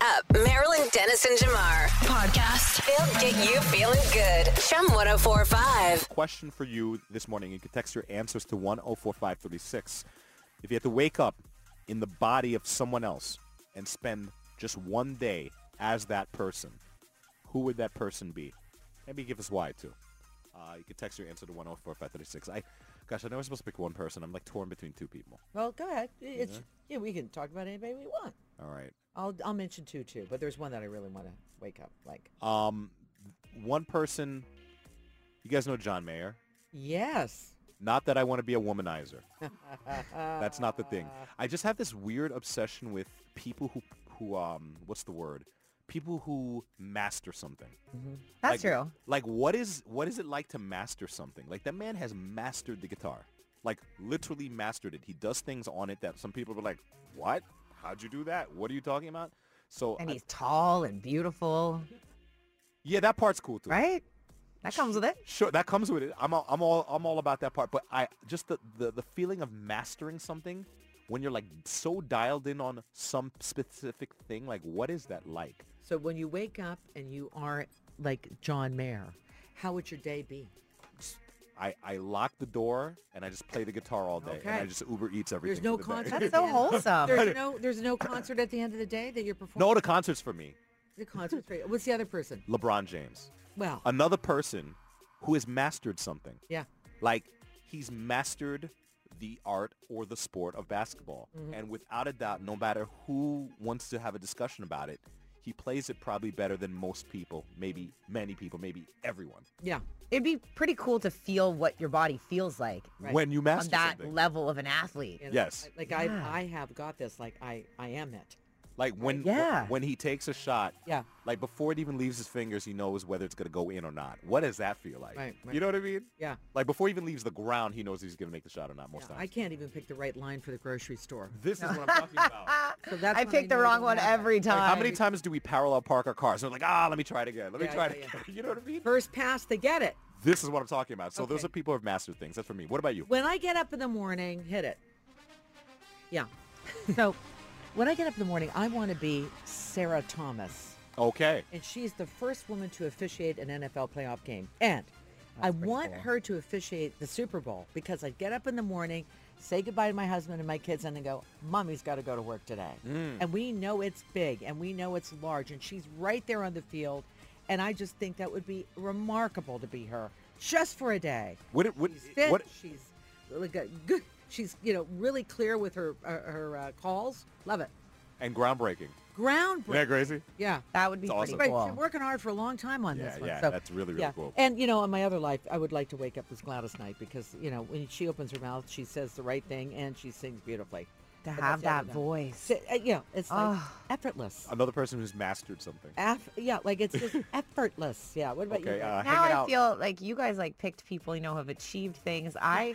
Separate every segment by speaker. Speaker 1: up. Marilyn Dennis and Jamar. Podcast. They'll get you feeling good. Chum 1045.
Speaker 2: question for you this morning. You can text your answers to 104536. If you had to wake up in the body of someone else and spend just one day as that person, who would that person be? Maybe give us why too. Uh, you can text your answer to 104536. I, gosh, I know I'm supposed to pick one person. I'm like torn between two people.
Speaker 3: Well, go ahead. I- It's yeah, we can talk about anybody we want.
Speaker 2: All right.
Speaker 3: I'll I'll mention two too, but there's one that I really want to wake up like.
Speaker 2: Um, one person, you guys know John Mayer?
Speaker 3: Yes.
Speaker 2: Not that I want to be a womanizer. That's not the thing. I just have this weird obsession with people who who um what's the word? People who master something.
Speaker 4: That's
Speaker 2: like,
Speaker 4: true.
Speaker 2: Like what is what is it like to master something? Like that man has mastered the guitar. Like literally mastered it. He does things on it that some people are like, "What? How'd you do that? What are you talking about?" So
Speaker 4: And
Speaker 2: I-
Speaker 4: he's tall and beautiful,
Speaker 2: yeah, that part's cool too.
Speaker 4: right? That comes with it.
Speaker 2: Sure, that comes with it. I'm all, I'm all I'm all about that part, but I just the, the the feeling of mastering something when you're like so dialed in on some specific thing, like what is that like?
Speaker 3: So when you wake up and you are like John Mayer, how would your day be?
Speaker 2: I I lock the door and I just play the guitar all day and I
Speaker 3: Okay.
Speaker 2: just Uber Eats everything.
Speaker 3: There's no
Speaker 2: for the day.
Speaker 3: concert.
Speaker 4: That's
Speaker 3: at
Speaker 4: so
Speaker 3: the end.
Speaker 4: wholesome.
Speaker 3: There's no there's no concert at the end of the day that you're performing.
Speaker 2: No, the concert's for me.
Speaker 3: The concert's great. What's the other person?
Speaker 2: LeBron James,
Speaker 3: Well,
Speaker 2: another person who has mastered something.
Speaker 3: yeah.
Speaker 2: Like he's mastered the art or the sport of basketball.
Speaker 3: Mm-hmm.
Speaker 2: And without a doubt, no matter who wants to have a discussion about it, he plays it probably better than most people, maybe many people, maybe everyone.
Speaker 3: Yeah.
Speaker 4: It'd be pretty cool to feel what your body feels like
Speaker 3: Right.
Speaker 2: When you master
Speaker 4: on that
Speaker 2: something.
Speaker 4: level of an athlete.
Speaker 3: You know,
Speaker 2: Yes.
Speaker 3: Like
Speaker 4: Yeah.
Speaker 3: I I have got this. Like I I am it.
Speaker 2: like when
Speaker 4: Yeah.
Speaker 2: when he takes a shot,
Speaker 3: Yeah.
Speaker 2: like before it even leaves his fingers, he knows whether it's going to go in or not. What does that feel like?
Speaker 3: Right, right.
Speaker 2: You know what I mean?
Speaker 3: Yeah.
Speaker 2: Like before he even leaves the ground, he knows he's going to make the shot or not most
Speaker 3: Yeah, I
Speaker 2: times.
Speaker 3: can't even pick the right line for the grocery store.
Speaker 2: this is what I'm talking about.
Speaker 3: So that's
Speaker 4: I
Speaker 3: when
Speaker 4: picked the
Speaker 3: know I
Speaker 4: wrong
Speaker 3: don't
Speaker 4: one
Speaker 3: have it.
Speaker 4: every time.
Speaker 2: How many times do we parallel park our cars? They're like, ah, let me try it again. Let me
Speaker 3: Yeah,
Speaker 2: try
Speaker 3: yeah,
Speaker 2: it again. You know what I mean?
Speaker 3: First pass, they get it.
Speaker 2: This is what I'm talking about. So those
Speaker 3: Okay.
Speaker 2: are people who have mastered things. That's for me. What about you?
Speaker 3: When I get up in the morning, hit it. Yeah. so when I get up in the morning, I want to be Sarah Thomas.
Speaker 2: Okay.
Speaker 3: And she's the first woman to officiate an NFL playoff game. And I want her to officiate the Super Bowl because I get up in the morning, say goodbye to my husband and my kids, and then go, Mommy's got to go to work today. And we know it's big and we know it's large. And she's right there on the field. And I just think that would be remarkable to be her just for a day.
Speaker 2: What it- what
Speaker 3: She's
Speaker 2: it-
Speaker 3: fit.
Speaker 2: what
Speaker 3: She's like a good. She's you know really clear with her uh, her uh, calls. Love it.
Speaker 2: and groundbreaking.
Speaker 3: Groundbreaking.
Speaker 2: Isn't that crazy?
Speaker 3: Yeah.
Speaker 4: That would be
Speaker 2: It's
Speaker 4: pretty
Speaker 2: awesome.
Speaker 3: Right,
Speaker 4: cool.
Speaker 3: she's been working hard for a long time on
Speaker 2: Yeah,
Speaker 3: this one.
Speaker 2: yeah,
Speaker 3: so,
Speaker 2: that's really, really
Speaker 3: yeah.
Speaker 2: cool.
Speaker 3: And you know, in my other life, I would like to wake up as Gladys Knight because you know when she opens her mouth, she says the right thing and she sings beautifully.
Speaker 4: To
Speaker 3: And
Speaker 4: have
Speaker 3: that's the
Speaker 4: that
Speaker 3: other thing.
Speaker 4: voice.
Speaker 3: So, uh, yeah, it's like
Speaker 4: Ah.
Speaker 3: effortless.
Speaker 2: Another person who's mastered something.
Speaker 3: Eff- yeah, like it's just effortless. Yeah. What about
Speaker 2: Okay,
Speaker 3: you?
Speaker 2: uh,
Speaker 3: guys?
Speaker 4: now
Speaker 2: hang it
Speaker 4: I
Speaker 2: out.
Speaker 4: feel like you guys like picked people you know who have achieved things. I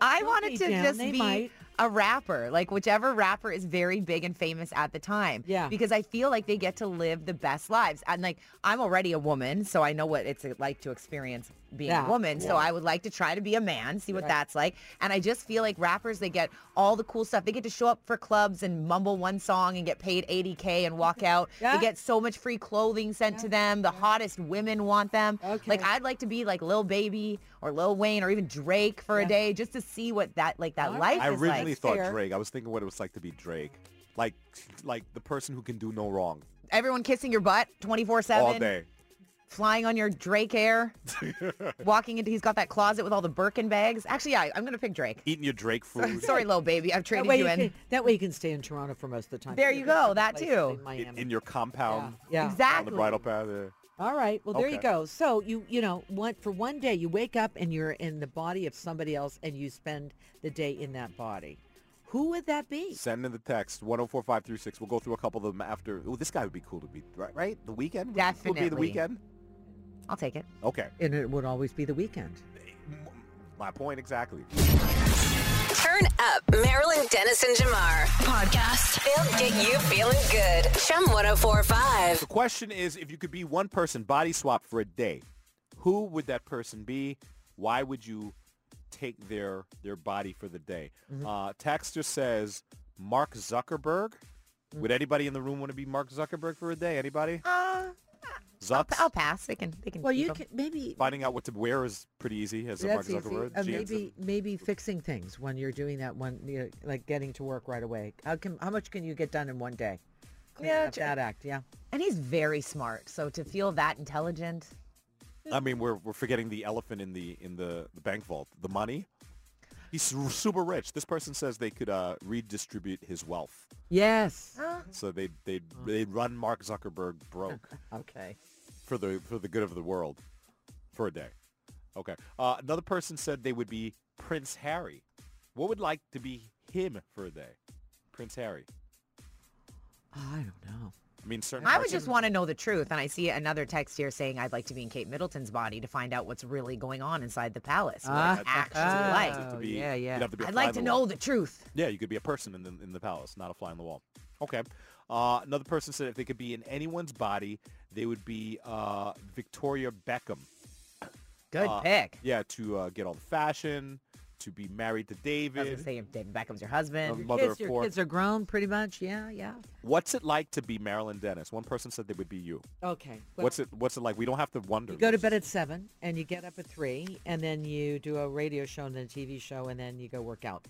Speaker 4: I
Speaker 3: Don't
Speaker 4: wanted
Speaker 3: be
Speaker 4: to
Speaker 3: down,
Speaker 4: just
Speaker 3: they
Speaker 4: be
Speaker 3: might.
Speaker 4: a rapper, like whichever rapper is very big and famous at the time.
Speaker 3: Yeah.
Speaker 4: Because I feel like they get to live the best lives. And like I'm already a woman, so I know what it's uh, like to experience being
Speaker 3: Yeah.
Speaker 4: a woman. So I would like to try to be a man, see what that's like. And I just feel like rappers, they get all the cool stuff. They get to show up for clubs and mumble one song and get paid 80K and walk out.
Speaker 3: Yeah.
Speaker 4: They get so much free clothing sent to them. The hottest women want them.
Speaker 3: Okay.
Speaker 4: Like I'd like to be like Lil Baby or Lil Wayne or even Drake for
Speaker 3: Yeah.
Speaker 4: a day just to see what that like that
Speaker 3: All
Speaker 4: life
Speaker 2: I
Speaker 4: is
Speaker 2: originally
Speaker 4: like.
Speaker 2: thought
Speaker 3: Fair.
Speaker 2: Drake. I was thinking what it was like to be Drake. Like like the person who can do no wrong
Speaker 4: Everyone kissing your butt 24/7.
Speaker 2: all day.
Speaker 4: Flying on your Drake air. walking into he's got that closet with all the Birkin bags. Actually, yeah, I'm going to pick Drake.
Speaker 2: Eating your Drake food.
Speaker 4: Sorry, Lil Baby. I've
Speaker 3: that
Speaker 4: traded
Speaker 3: way
Speaker 4: you in.
Speaker 3: can, that way you can stay in Toronto for most of the time.
Speaker 4: There you go, that
Speaker 3: Places
Speaker 4: too.
Speaker 3: In Miami.
Speaker 2: in, in your
Speaker 3: yeah.
Speaker 2: compound.
Speaker 3: yeah.
Speaker 2: On the
Speaker 4: Exactly.
Speaker 2: bridal path. yeah.
Speaker 3: All right. Well, there you
Speaker 2: Okay.
Speaker 3: go. So you you know what? For one day, you wake up and you're in the body of somebody else, and you spend the day in that body. Who would that be?
Speaker 2: Send in the text 104536. We'll go through a couple of them after. Oh, this guy would be cool to be right. Right? The weekend. Would be cool to be the
Speaker 4: Definitely.
Speaker 2: weekend.
Speaker 4: I'll take it.
Speaker 2: Okay.
Speaker 3: And it would always be the weekend.
Speaker 2: My point exactly.
Speaker 1: Turn up Marilyn Dennis and Jamar. Podcast. They'll get you feeling good. Chum 1045.
Speaker 2: The question is, if you could be one person body swap for a day, who would that person be? Why would you take
Speaker 3: Mm-hmm.
Speaker 2: their their body for the day? Uh, Texter says Mark Zuckerberg
Speaker 3: Mm.
Speaker 2: Would anybody in the room want to be Mark Zuckerberg for a day? Anybody?
Speaker 4: Uh,
Speaker 2: Zucks?
Speaker 4: I'll pass. They can. They can.
Speaker 3: Well,
Speaker 4: keep
Speaker 3: you
Speaker 4: 'em.
Speaker 3: can maybe
Speaker 2: Finding out what to wear is pretty easy as a Mark
Speaker 3: that's easy.
Speaker 2: Zuckerberg.
Speaker 3: Uh,
Speaker 2: Jeans
Speaker 3: maybe maybe fixing things when you're doing that one, you know, like getting to work right away. How can how much can you get done in one day? Clean
Speaker 4: Yeah,
Speaker 3: up
Speaker 4: tr-
Speaker 3: that act. Yeah.
Speaker 4: And he's very smart. So to feel that intelligent.
Speaker 2: and- I mean, we're, we're forgetting the elephant in the in the, the bank vault. The money. He's su- super rich. This person says they could uh, redistribute his wealth.
Speaker 3: Yes.
Speaker 4: Uh,
Speaker 2: So they they they run Mark Zuckerberg broke
Speaker 3: Okay.
Speaker 2: for the for the good of the world for a day. Okay. Uh, another person said they would be Prince Harry. What would like to be him for a day? Prince Harry.
Speaker 3: Oh, I don't know.
Speaker 2: I mean, certain.
Speaker 4: I
Speaker 2: parts
Speaker 4: would
Speaker 2: of-
Speaker 4: just want to know the truth. And I see another text here saying I'd like to be in Kate Middleton's body to find out what's really going on inside the palace. What it's
Speaker 2: Ah.
Speaker 4: actually
Speaker 2: Ah.
Speaker 4: like.
Speaker 2: to
Speaker 3: Oh,
Speaker 2: be-
Speaker 3: yeah, yeah.
Speaker 2: you'd have to be a
Speaker 4: I'd
Speaker 2: fly
Speaker 4: like
Speaker 2: on
Speaker 4: to
Speaker 2: the wall.
Speaker 4: know the truth.
Speaker 2: Yeah, you could be a person in the in the palace, not a fly on the wall. Okay. Uh, another person said if they could be in anyone's body, they would be uh, Victoria Beckham.
Speaker 4: Good
Speaker 2: Ah.
Speaker 4: pick.
Speaker 2: Yeah, to uh, get all the fashion, to be married
Speaker 4: I
Speaker 2: to
Speaker 4: was going to
Speaker 2: David,
Speaker 4: say if David Beckham's your
Speaker 2: a
Speaker 4: husband.
Speaker 2: mother
Speaker 3: kids,
Speaker 2: of
Speaker 3: your
Speaker 2: four.
Speaker 3: kids are grown, pretty much. Yeah, yeah.
Speaker 2: What's it like to be Marilyn Dennis? One person said they would be you.
Speaker 3: Okay.
Speaker 2: What's it What's it like? We don't have to wonder.
Speaker 3: You go to bed at seven, and you get up at three, and then you do a radio show and then a TV show, and then you go work out.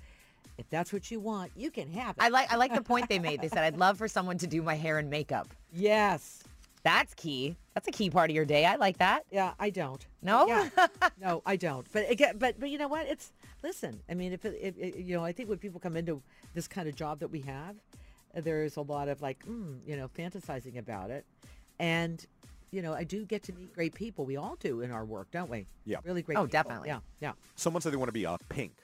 Speaker 3: If that's what you want, you can have it.
Speaker 4: I like I like the point they made. They said I'd love for someone to do my hair and makeup.
Speaker 3: yes.
Speaker 4: That's key. That's a key part of your day. I like that.
Speaker 3: Yeah, I don't.
Speaker 4: No?
Speaker 3: Yeah. no, I don't. But again, but but you know what? It's listen. I mean, if, it, if it, you know, I think when people come into this kind of job that we have, uh, there's a lot of like, mm, you know, fantasizing about it, and you know, I do get to meet great people. We all do in our work, don't we?
Speaker 2: Yeah.
Speaker 3: Really great.
Speaker 4: Oh,
Speaker 3: people.
Speaker 4: definitely.
Speaker 3: Yeah. Yeah.
Speaker 2: Someone said they want to be uh, pink.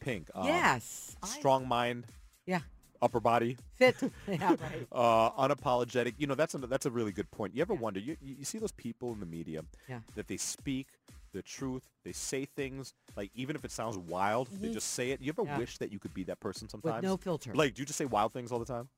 Speaker 2: Pink. Um,
Speaker 3: yes. I-
Speaker 2: Strong mind,
Speaker 3: yeah.
Speaker 2: upper body.
Speaker 3: Fit. yeah. Right.
Speaker 2: uh, unapologetic. You know, that's a, that's a really good point. You ever wonder? You, you you see those people in the media
Speaker 3: Yeah.
Speaker 2: that they speak the truth, they say things like even if it sounds wild, they just say it. You ever
Speaker 3: Mm-hmm. Yeah.
Speaker 2: wish that you could be that person sometimes?
Speaker 3: no filter.
Speaker 2: Like, do you just say wild things all the time?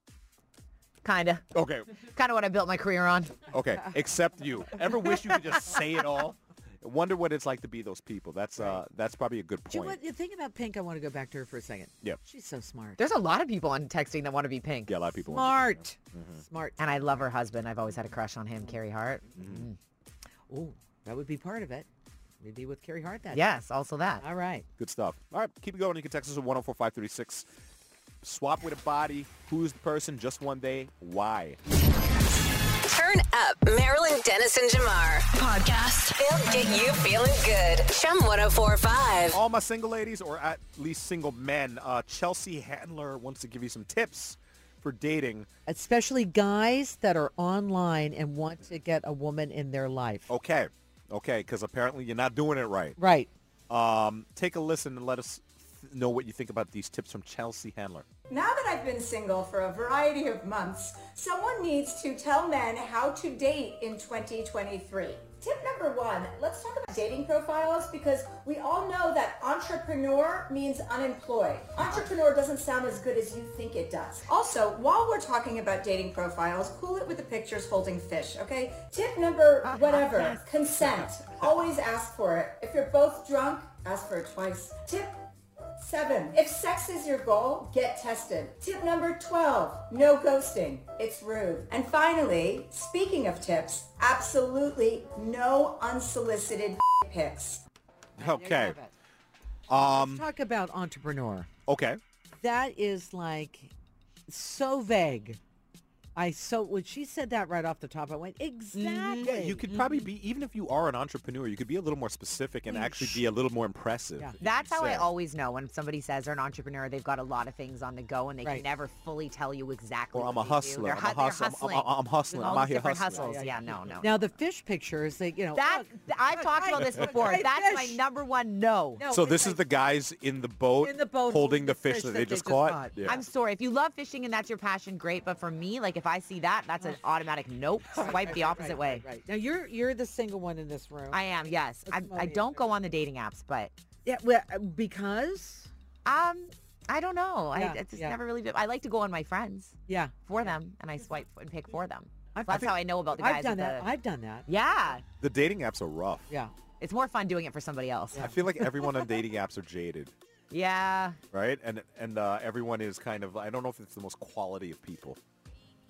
Speaker 4: Kinda.
Speaker 2: Okay,
Speaker 4: Kinda what I built my career on.
Speaker 2: okay. Except you. Ever wish you could just say it all? Wonder what it's like to be those people. That's uh, that's probably a good
Speaker 3: Do you know
Speaker 2: point.
Speaker 3: what the thing about Pink? I want to go back to her for a second.
Speaker 2: Yeah.
Speaker 3: She's so smart.
Speaker 4: There's a lot of people on texting that want to be pink.
Speaker 2: Yeah, a lot of people. want
Speaker 3: Smart. Mm-hmm. Smart.
Speaker 4: And I love her husband. I've always had a crush on him, Carrie Hart.
Speaker 2: Mm-hmm.
Speaker 3: Oh, that would be part of it. We'd be with Carrie Hart that.
Speaker 4: Yes, also that.
Speaker 3: All right.
Speaker 2: Good stuff. All right, keep it going. You can text us at 104536. Swap with a body. Who's the person? Just one day. Why?
Speaker 1: Turn up Marilyn Dennis and Jamar. Podcast. They'll get you feeling good. Chum 1045.
Speaker 2: all my single ladies or at least single men uh, chelsea handler wants to give you some tips for dating
Speaker 3: Especially guys that are online and want to get a woman in their life.
Speaker 2: okay okay because apparently you're not doing it right
Speaker 3: Right.
Speaker 2: um, take a listen and let us th- know what you think about these tips from chelsea handler
Speaker 5: Now that I've been single for a variety of months, someone needs to tell men how to date in 2023. Tip number one, let's talk about dating profiles because we all know that entrepreneur means unemployed. Entrepreneur doesn't sound as good as you think it does. Also, while we're talking about dating profiles, cool it with the pictures holding fish, okay? Tip number whatever, consent. Always ask for it. If you're both drunk, ask for it twice. Tip Seven, if sex is your goal, get tested. Tip number 12, no ghosting. It's rude. And finally, speaking of tips, absolutely no unsolicited pics.
Speaker 2: okay
Speaker 3: Let's talk about entrepreneur.
Speaker 2: okay
Speaker 3: That is like so vague. I so when she said that right off the top, I went exactly.
Speaker 2: yeah you could probably be even if you are an entrepreneur you could be a little more specific and actually be a little more impressive
Speaker 3: Yeah.
Speaker 2: if you
Speaker 4: That's how I
Speaker 2: say.
Speaker 4: always know when somebody says they're an entrepreneur, they've got a lot of things on the go and they
Speaker 3: Right.
Speaker 4: can never fully tell you exactly.
Speaker 2: Or
Speaker 4: what
Speaker 2: I'm a
Speaker 4: they do.
Speaker 2: hustler.
Speaker 4: They're,
Speaker 2: I'm a
Speaker 4: hu- they're
Speaker 2: hustler. I'm-
Speaker 4: hustling.
Speaker 2: I'm- I'm hustling.
Speaker 4: All
Speaker 2: I'm
Speaker 4: these
Speaker 2: out here
Speaker 4: different
Speaker 2: hustling.
Speaker 4: hustles. Yeah, no, no.
Speaker 3: Now the fish pictures, they you know
Speaker 4: That
Speaker 3: oh,
Speaker 4: I've talked about this before.
Speaker 3: Hey,
Speaker 4: That's my
Speaker 3: fish.
Speaker 4: number one no.
Speaker 3: No,
Speaker 2: so
Speaker 3: it's
Speaker 2: this
Speaker 3: like-
Speaker 2: is the guys in the boat
Speaker 3: In the boat
Speaker 2: holding the fish that, they just caught, Yeah.
Speaker 4: I'm sorry. If you love fishing and that's your passion, great. But for me, like if I see that, that's an automatic nope. Swipe the opposite
Speaker 3: right,
Speaker 4: way.
Speaker 3: Right, right. Now you're you're the single one in this room.
Speaker 4: I am. Yes. I, I
Speaker 3: Accommodate
Speaker 4: don't go on the dating apps, but
Speaker 3: yeah, well,
Speaker 2: uh,
Speaker 3: because
Speaker 4: um, I don't know.
Speaker 3: Yeah,
Speaker 4: I it's just
Speaker 3: yeah.
Speaker 4: never really. Been, I like to go on my friends
Speaker 3: yeah,
Speaker 4: for them, and I swipe and pick for them.
Speaker 3: I've-
Speaker 4: So that's
Speaker 3: I've-
Speaker 4: how I know about the guys.
Speaker 3: I've done
Speaker 4: with
Speaker 3: that.
Speaker 4: the-
Speaker 3: I've done that.
Speaker 4: yeah,
Speaker 2: the dating apps are rough
Speaker 3: Yeah.
Speaker 4: it's more fun doing it for somebody else.
Speaker 2: i feel like everyone on dating apps are jaded
Speaker 4: Yeah.
Speaker 2: right? And and uh, everyone is kind of I don't know if it's the most quality of people.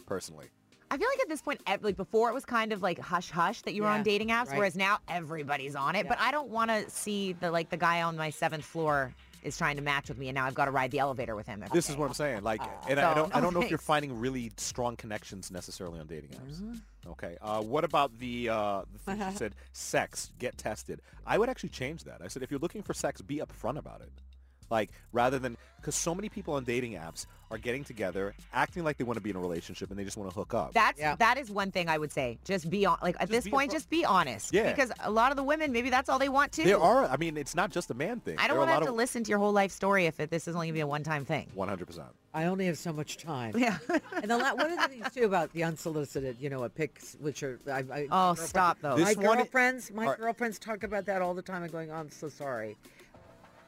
Speaker 2: personally.
Speaker 4: I feel like at this point, ev- like before it was kind of like hush hush that you were
Speaker 3: Yeah,
Speaker 4: on dating apps,
Speaker 3: right.
Speaker 4: whereas now everybody's on it. But I don't want to see the like the guy on my seventh floor is trying to match with me, and now I've got to ride the elevator with him. every
Speaker 2: This
Speaker 4: day.
Speaker 2: is what I'm saying. Like, and I
Speaker 4: So,
Speaker 2: don't, I
Speaker 4: no
Speaker 2: don't know if you're
Speaker 4: thanks.
Speaker 2: finding really strong connections necessarily on dating apps.
Speaker 4: Mm-hmm.
Speaker 2: Okay. Uh, what about the, uh, the thing you said, sex, get tested? I would actually change that. I said, if you're looking for sex, be upfront about it. Like, rather than, because so many people on dating apps are getting together, acting like they want to be in a relationship and they just want to hook up.
Speaker 4: That's
Speaker 3: Yeah.
Speaker 4: that is one thing I would say. Just be on like at this
Speaker 2: be
Speaker 4: point,
Speaker 2: upfront.
Speaker 4: just be honest.
Speaker 2: Yeah.
Speaker 4: Because a lot of the women, maybe that's all they want too.
Speaker 2: there are, I mean, it's not just a man thing.
Speaker 4: I don't
Speaker 2: There are
Speaker 4: want
Speaker 2: a
Speaker 4: to have
Speaker 2: lot
Speaker 4: to
Speaker 2: of-
Speaker 4: listen to your whole life story if it, this is only gonna be a one time thing.
Speaker 2: 100%.
Speaker 3: I only have so much time.
Speaker 4: Yeah.
Speaker 3: And the, la- one of the things too about the unsolicited, you know, a pics, which are I, I,
Speaker 4: Oh,
Speaker 3: girlfriend-
Speaker 4: stop those.
Speaker 3: My
Speaker 2: This one-
Speaker 3: girlfriends, my
Speaker 2: Alright.
Speaker 3: girlfriends talk about that all the time. And going, oh, I'm so sorry.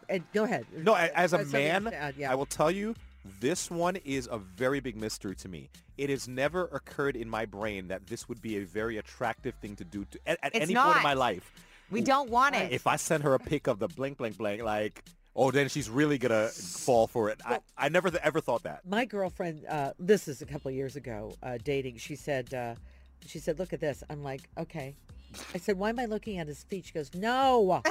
Speaker 3: And go ahead.
Speaker 2: No, a- as a
Speaker 3: That's something
Speaker 2: man,
Speaker 3: to add, yeah.
Speaker 2: I will tell you, this one is a very big mystery to me. It has never occurred in my brain that this would be a very attractive thing to do to, at, at
Speaker 4: It's
Speaker 2: any point
Speaker 4: not.
Speaker 2: in my life.
Speaker 4: We don't want it.
Speaker 2: If I send her a pic of the blank, blank, blank, like, oh, then she's really gonna fall for it. I, I never th- ever thought that.
Speaker 3: my girlfriend uh, this is a couple of years ago uh, dating she said uh, she said look at this i'm like okay i said why am i looking at his feet she goes no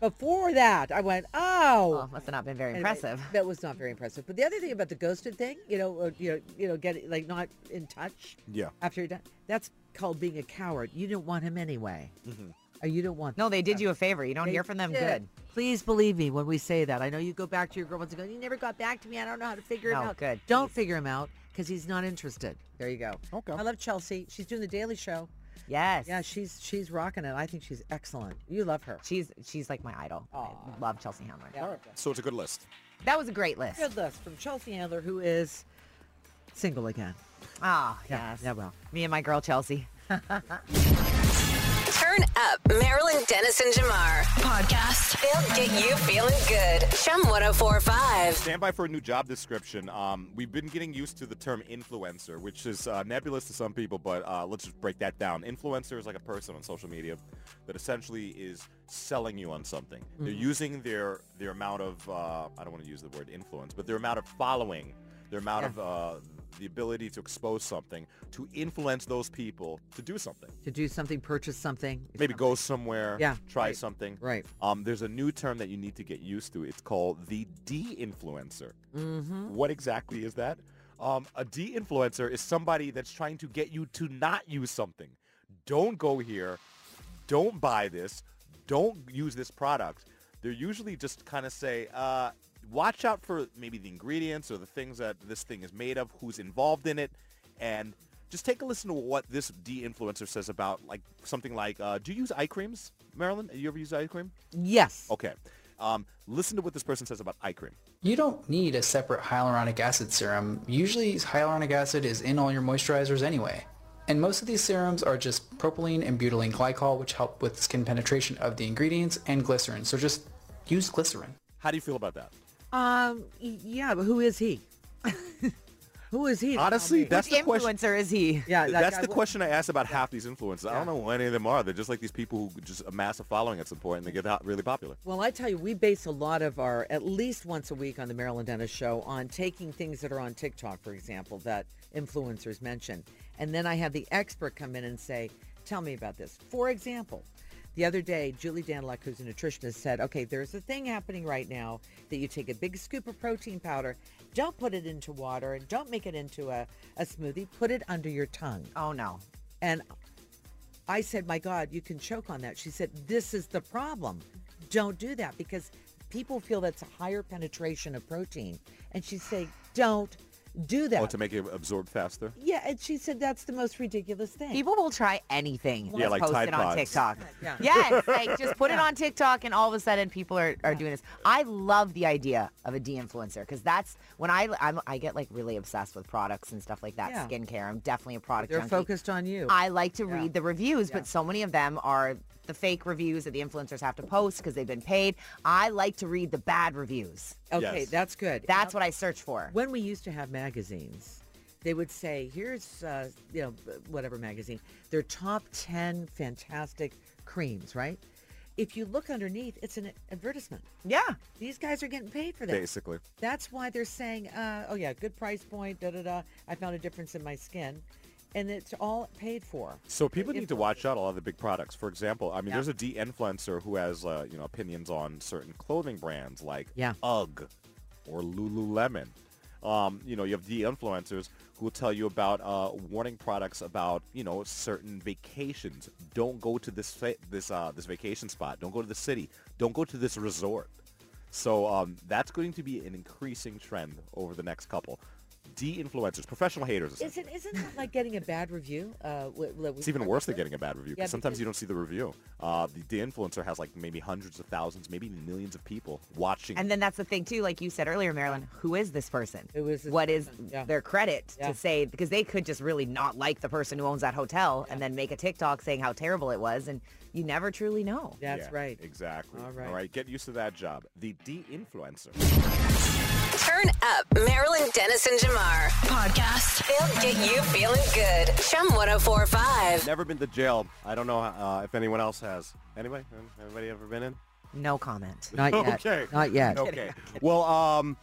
Speaker 3: before that i went oh
Speaker 4: well, must have not been very
Speaker 3: And I-
Speaker 4: impressive.
Speaker 3: that was not very impressive but the other thing about the ghosted thing you know or, you know you know getting like not in touch
Speaker 2: Yeah.
Speaker 3: after you're done that's called being a coward you don't want him anyway or you don't want
Speaker 4: Mm-hmm. No, they did you a favor. You don't
Speaker 3: they
Speaker 4: hear from them.
Speaker 3: did.
Speaker 4: Good.
Speaker 3: Please believe me when we say that. I know you go back to your girlfriends and go, you never got back to me. I don't know how to figure
Speaker 4: No,
Speaker 3: him out.
Speaker 4: good.
Speaker 3: Don't figure him out because he's not interested. There you go.
Speaker 2: Okay.
Speaker 3: I love Chelsea. She's doing the Daily Show.
Speaker 4: Yes.
Speaker 3: Yeah, she's she's rocking it. I think she's excellent. You love her.
Speaker 4: She's she's like my idol. I love Chelsea Handler.
Speaker 3: Yeah.
Speaker 2: So it's a good list.
Speaker 4: That was a great list.
Speaker 3: Good list from Chelsea Handler, who is single again.
Speaker 4: Ah,
Speaker 3: Yeah,
Speaker 4: yes.
Speaker 3: yeah, well.
Speaker 4: Me and my girl Chelsea.
Speaker 1: Turn up Marilyn Dennis and Jamar. Podcast. They'll get you feeling good. oh Shum 1045.
Speaker 2: Stand by for a new job description. Um, we've been getting used to the term influencer, which is uh, nebulous to some people, but uh, let's just break that down. Influencer is like a person on social media that essentially is selling you on something. They're
Speaker 3: Mm-hmm.
Speaker 2: using their their amount of uh, I don't want to use the word influence, but their amount of following, their amount of uh, the ability to expose something to influence those people to do something.
Speaker 3: To do something, purchase something.
Speaker 2: Maybe go somewhere,
Speaker 3: Yeah,
Speaker 2: try
Speaker 3: right,
Speaker 2: something.
Speaker 3: right.
Speaker 2: Um, there's a new term that you need to get used to. It's called the de-influencer. Mm-hmm. What exactly is that? Um, a de-influencer is somebody that's trying to get you to not use something. Don't go here. Don't buy this. Don't use this product. They're usually just kind of say, uh, watch out for maybe the ingredients or the things that this thing is made of, who's involved in it, and just take a listen to what this de-influencer says about like something like, uh, do you use eye creams, Marilyn? You ever use eye cream?
Speaker 3: Yes.
Speaker 2: Okay. Um, listen to what this person says about eye cream.
Speaker 6: You don't need a separate hyaluronic acid serum. Usually hyaluronic acid is in all your moisturizers anyway. And most of these serums are just propylene and butylene glycol, which help with skin penetration of the ingredients, and glycerin. So just use glycerin.
Speaker 2: How do you feel about that?
Speaker 3: Um. y- Yeah, but who is he? who is he? to tell
Speaker 2: Honestly,
Speaker 3: me?
Speaker 2: that's the
Speaker 4: Which
Speaker 2: question.
Speaker 4: influencer is he?
Speaker 3: yeah, that
Speaker 2: That's
Speaker 3: guy
Speaker 2: the
Speaker 3: wa-
Speaker 2: question I asked about half these influencers. I don't know what any of them are. They're just like these people who just amass a following at some point and they get out really popular.
Speaker 3: Well, I tell you, we base a lot of our, at least once a week on the Maryland Dennis Show, on taking things that are on TikTok, for example, that influencers mention. And then I have the expert come in and say, tell me about this. For example, the other day, Julie Danilek, who's a nutritionist, said, okay, there's a thing happening right now that you take a big scoop of protein powder, don't put it into water, and don't make it into a, a smoothie, put it under your tongue.
Speaker 4: Oh no.
Speaker 3: And I said, My God, you can choke on that. She said, This is the problem. Don't do that because people feel that's a higher penetration of protein. And she's saying, Don't do that.
Speaker 2: Oh, to make it absorb faster?
Speaker 3: yeah. And she said, That's the most ridiculous thing.
Speaker 4: People will try anything
Speaker 2: Yeah,
Speaker 4: that's
Speaker 2: like
Speaker 4: posted
Speaker 2: Tide
Speaker 4: on
Speaker 2: Pods.
Speaker 4: TikTok.
Speaker 3: Yeah.
Speaker 4: Yes, like just put it on TikTok and all of a sudden people are, are doing this. I love the idea of a de-influencer because that's when I I'm, I get like really obsessed with products and stuff like that.
Speaker 3: Yeah.
Speaker 4: Skincare. I'm definitely a product
Speaker 3: They're
Speaker 4: junkie.
Speaker 3: focused on you.
Speaker 4: I like to read the reviews, but so many of them are the fake reviews that the influencers have to post because they've been paid. I like to read the bad reviews.
Speaker 3: okay,
Speaker 2: Yes.
Speaker 3: that's good.
Speaker 4: That's what I search for.
Speaker 3: when we used to have magazines, they would say, "Here's uh, you know b- whatever magazine, their top ten fantastic creams," right? If you look underneath, it's an advertisement.
Speaker 4: Yeah.
Speaker 3: These guys are getting paid for this.
Speaker 7: basically.
Speaker 3: That's why they're saying, uh, oh yeah, good price point, da da da. I found a difference in my skin. And it's all paid for.
Speaker 7: So people need to watch out a lot of the big products. For example, I mean, there's a de-influencer who has, uh, you know, opinions on certain clothing brands like
Speaker 3: Yeah.
Speaker 7: UGG or Lululemon. Um, you know, you have de-influencers who will tell you about uh, warning products about, you know, certain vacations. Don't go to this fa- this uh, this vacation spot. Don't go to the city. Don't go to this resort. So um, that's going to be an increasing trend over the next couple. De-influencers, professional haters. essentially.
Speaker 3: Isn't isn't that like getting a bad review? Uh, w- w-
Speaker 7: It's even worse than getting a bad review
Speaker 3: Yeah,
Speaker 7: because sometimes
Speaker 3: because-
Speaker 7: you don't see the review. Uh, the, the influencer has like maybe hundreds of thousands, maybe even millions of people watching.
Speaker 4: And then that's the thing too, like you said earlier, Marilyn. Who is this person?
Speaker 3: Who is this
Speaker 4: What is
Speaker 3: person? Yeah.
Speaker 4: their credit
Speaker 3: Yeah.
Speaker 4: to say? Because they could just really not like the person who owns that hotel and then make a TikTok saying how terrible it was, and you never truly know.
Speaker 3: That's
Speaker 7: Yeah,
Speaker 3: right.
Speaker 7: Exactly.
Speaker 3: All right.
Speaker 7: All right. Get used to that job. The de-influencer.
Speaker 1: Turn up Marilyn Dennis and Jamar. Podcast. They'll get you feeling good. oh Chum 1045.
Speaker 2: Never been to jail. I don't know uh, if anyone else has. Anyway, anybody ever been in?
Speaker 4: No comment.
Speaker 3: Not yet.
Speaker 2: Okay.
Speaker 3: Not yet.
Speaker 2: Okay. Well, um,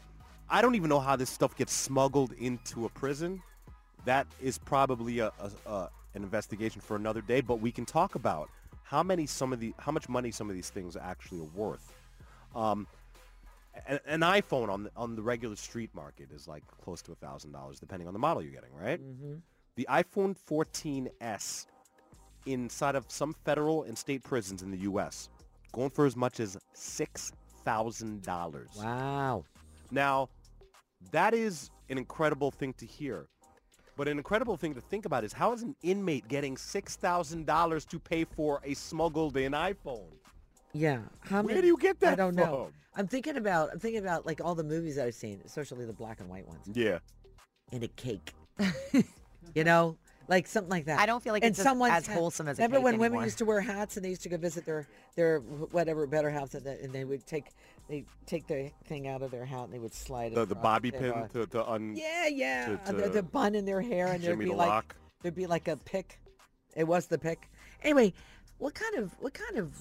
Speaker 2: I don't even know how this stuff gets smuggled into a prison. That is probably a, a, a an investigation for another day. But we can talk about how many some of the how much money some of these things actually are worth. Um, a- an iPhone on the, on the regular street market is like close to a thousand dollars, depending on the model you're getting, right?
Speaker 3: Mm-hmm.
Speaker 2: The iPhone 14s inside of some federal and state prisons in the U.S. going for as much as six thousand dollars.
Speaker 3: Wow.
Speaker 2: Now, that is an incredible thing to hear. But an incredible thing to think about is how is an inmate getting $6,000 to pay for a smuggled in iPhone?
Speaker 3: Yeah. How
Speaker 2: Where
Speaker 3: many-
Speaker 2: do you get
Speaker 3: I
Speaker 2: that
Speaker 3: don't know.
Speaker 2: from?
Speaker 3: I'm thinking about I'm thinking about like all the movies that I've seen, especially the black and white ones,
Speaker 2: Yeah.
Speaker 3: and a cake. you know, like something like that.
Speaker 4: I don't feel like
Speaker 3: and
Speaker 4: it's as-
Speaker 3: someone's
Speaker 4: as
Speaker 3: hat-
Speaker 4: wholesome as a
Speaker 3: remember
Speaker 4: cake
Speaker 3: when
Speaker 4: anymore.
Speaker 3: women used to wear hats and they used to go visit their their wh- whatever better house and they, and they would take they take the thing out of their hat and they would slide it.
Speaker 2: The, the
Speaker 3: across
Speaker 2: bobby
Speaker 3: their,
Speaker 2: pin
Speaker 3: uh,
Speaker 2: to, to un...
Speaker 3: Yeah, yeah.
Speaker 2: to-
Speaker 3: Uh, the, the
Speaker 2: to
Speaker 3: bun in their hair, and there'd
Speaker 2: Jimmy
Speaker 3: be
Speaker 2: the
Speaker 3: like
Speaker 2: Lock.
Speaker 3: there'd be like a pick. It was the pick. Anyway, what kind of what kind of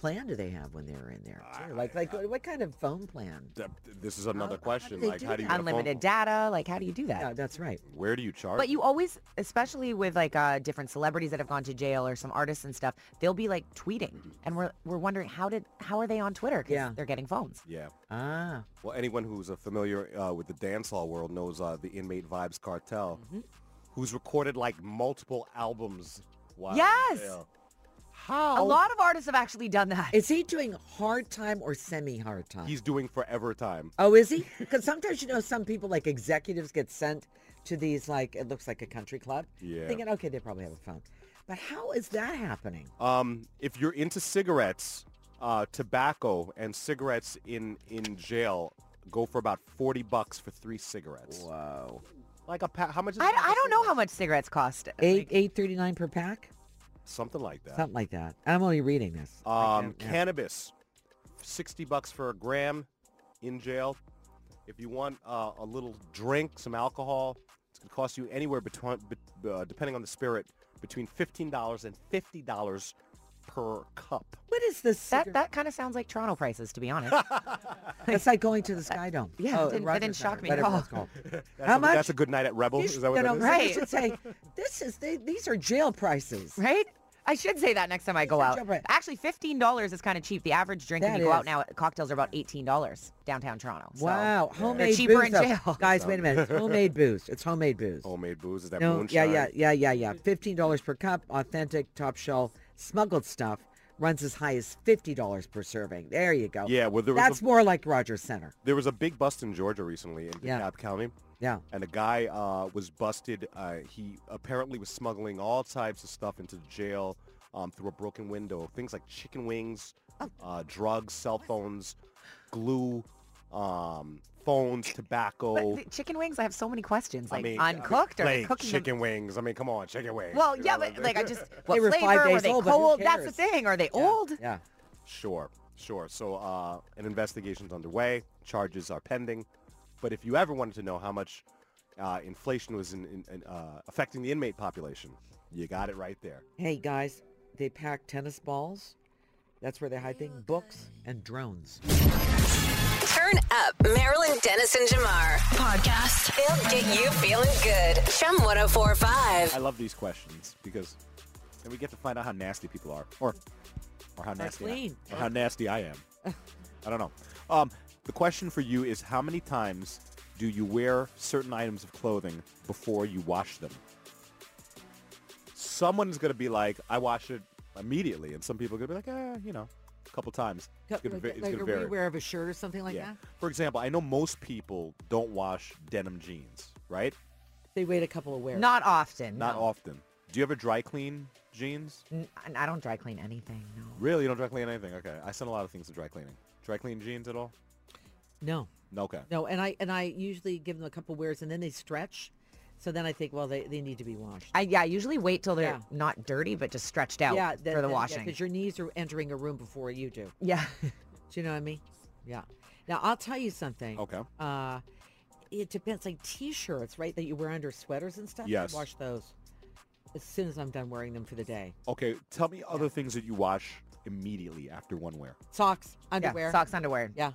Speaker 3: plan do they have when they're in there? Too? Like like what kind of phone plan?
Speaker 2: Th- This is another
Speaker 3: do
Speaker 2: question.
Speaker 3: they
Speaker 2: like,
Speaker 3: do
Speaker 2: how do you
Speaker 3: that?
Speaker 2: get a phone
Speaker 4: Unlimited
Speaker 2: call?
Speaker 4: data. Like, how do you do that?
Speaker 3: Yeah, that's right.
Speaker 7: Where do you charge?
Speaker 4: But you always, especially with like uh, different celebrities that have gone to jail or some artists and stuff, they'll be like tweeting, and we're we're wondering how did how are they on Twitter? 'Cause
Speaker 3: Mm-hmm. Yeah.
Speaker 4: they're getting phones.
Speaker 2: Yeah.
Speaker 3: Ah,
Speaker 2: Well, anyone who's uh, familiar uh, with the dancehall world knows uh, the Inmate Vibes Cartel,
Speaker 3: Mm-hmm.
Speaker 2: who's recorded like multiple albums while in
Speaker 4: Yes!
Speaker 2: jail.
Speaker 4: A
Speaker 3: Oh.
Speaker 2: How?
Speaker 4: lot of artists have actually done that.
Speaker 3: is he doing hard time or semi hard time?
Speaker 2: He's doing forever time.
Speaker 3: oh, is he? Because sometimes you know some people like executives get sent to these like it looks like a country club.
Speaker 2: Yeah.
Speaker 3: Thinking okay, they probably have a phone, but how is that happening?
Speaker 2: Um, if you're into cigarettes, uh, tobacco and cigarettes in in jail go for about forty bucks for three cigarettes.
Speaker 3: Wow.
Speaker 2: Like a pa- how much? Is a
Speaker 4: I,
Speaker 2: pack
Speaker 4: I
Speaker 2: of
Speaker 4: don't know how
Speaker 2: cigarettes?
Speaker 4: much cigarettes cost.
Speaker 3: Eight eight thirty nine per pack,
Speaker 2: Something like that.
Speaker 3: something like that. I'm only reading this. I
Speaker 2: Um,
Speaker 3: don't know.
Speaker 2: cannabis, sixty bucks for a gram in jail. If you want uh, a little drink, some alcohol, it's gonna cost you anywhere between, be- uh, depending on the spirit, between fifteen dollars and fifty dollars per cup.
Speaker 3: What is this?
Speaker 4: That that kind of sounds like Toronto prices, to be honest.
Speaker 3: It's like going to the Sky Dome.
Speaker 4: Yeah, it
Speaker 3: at
Speaker 4: didn't- that
Speaker 3: Rogers
Speaker 4: didn't shock
Speaker 3: Center,
Speaker 4: me at
Speaker 3: whatever
Speaker 4: all.
Speaker 3: it's called.
Speaker 2: That's
Speaker 3: How
Speaker 2: a,
Speaker 3: much?
Speaker 2: That's a good night at Rebel.
Speaker 3: You
Speaker 2: Oh, Is that what
Speaker 3: should-
Speaker 2: that
Speaker 3: no,
Speaker 2: is?
Speaker 3: no, you
Speaker 4: Right.
Speaker 3: should say this is they, these are jail prices.
Speaker 4: Right? I should say that next time I go out.
Speaker 3: jump right-
Speaker 4: Actually, fifteen dollars is kind of cheap. The average drink when
Speaker 3: That
Speaker 4: you go out
Speaker 3: is.
Speaker 4: now, cocktails are about eighteen dollars downtown Toronto. So
Speaker 3: Wow,
Speaker 4: they're
Speaker 3: homemade
Speaker 4: cheaper
Speaker 3: booze,
Speaker 4: in
Speaker 3: though.
Speaker 4: jail.
Speaker 3: Guys, wait a minute. It's homemade booze. It's homemade booze.
Speaker 2: Homemade booze is that
Speaker 3: no, yeah,
Speaker 2: moonshine?
Speaker 3: yeah, yeah, yeah, yeah. Fifteen dollars per cup. Authentic top shelf smuggled stuff runs as high as fifty dollars per serving. There you go.
Speaker 2: Yeah, well, there was a-
Speaker 3: that's more like Rogers Center.
Speaker 2: There was a big bust in Georgia recently in DeKalb
Speaker 3: Yeah.
Speaker 2: County,
Speaker 3: Yeah.
Speaker 2: and a guy uh, was busted. Uh, he apparently was smuggling all types of stuff into the jail um, through a broken window. Things like chicken wings, uh, drugs, cell phones, glue, um, phones,
Speaker 4: But
Speaker 2: tobacco.
Speaker 4: the chicken wings, I have so many questions.
Speaker 2: I
Speaker 4: Like
Speaker 2: mean,
Speaker 4: uncooked
Speaker 2: I mean,
Speaker 4: or
Speaker 2: like,
Speaker 4: cooking them-
Speaker 2: chicken wings. I mean, come on, chicken wings.
Speaker 4: Well,
Speaker 2: you
Speaker 4: yeah,
Speaker 2: know,
Speaker 4: but like I just what
Speaker 3: were five
Speaker 4: flavor were
Speaker 3: days
Speaker 4: they
Speaker 3: old, but who
Speaker 4: cold? That's the
Speaker 3: cares?
Speaker 4: thing. Are they old?
Speaker 3: Yeah.
Speaker 2: Sure, sure. So uh, an investigation's underway. Charges are pending. But if you ever wanted to know how much uh, inflation was in, in, in, uh, affecting the inmate population, you got it right there.
Speaker 3: Hey guys, they pack tennis balls That's where they hide things, books and drones.
Speaker 1: Turn up Marilyn Dennis and Jamar podcast. It'll get you feeling good. oh Shum 1045.
Speaker 2: I love these questions because then we get to find out how nasty people are, or or how nasty, I,
Speaker 3: clean.
Speaker 2: or how nasty I am. I don't know. Um, the question for you is: How many times do you wear certain items of clothing before you wash them? Someone's gonna be like, "I wash it immediately," and some people are gonna be like, "Ah, you know, a couple times." It's gonna,
Speaker 3: like
Speaker 2: va- it's
Speaker 3: like
Speaker 2: gonna
Speaker 3: a
Speaker 2: vary.
Speaker 3: rewear of a shirt or something like
Speaker 2: Yeah.
Speaker 3: that.
Speaker 2: For example, I know most people don't wash denim jeans, right?
Speaker 3: They wait a couple of wears.
Speaker 4: Not often.
Speaker 2: Not
Speaker 4: no.
Speaker 2: often. Do you ever dry clean jeans?
Speaker 4: N- I don't dry clean anything. No.
Speaker 2: Really? You don't dry clean anything? Okay. I send a lot of things to dry cleaning. Dry clean jeans at all?
Speaker 3: no,
Speaker 2: No, okay.
Speaker 3: no. And I and I usually give them a couple of wears and then they stretch. So then I think, well, they, they need to be washed.
Speaker 4: I, yeah, I usually wait till they're
Speaker 3: Yeah.
Speaker 4: not dirty, but just stretched out
Speaker 3: yeah,
Speaker 4: for the washing.
Speaker 3: Because your knees are entering a room before you do.
Speaker 4: yeah.
Speaker 3: Do you know what I mean? Yeah. Now I'll tell you something.
Speaker 2: Okay.
Speaker 3: Uh, it depends. Like t-shirts, right? That you wear under sweaters and stuff.
Speaker 2: Yes.
Speaker 3: I wash those as soon as I'm done wearing them for the day.
Speaker 2: Okay. Tell me other things that you wash immediately after one wear.
Speaker 3: Socks,
Speaker 4: yeah,
Speaker 3: underwear.
Speaker 4: Socks, underwear.
Speaker 3: Yeah.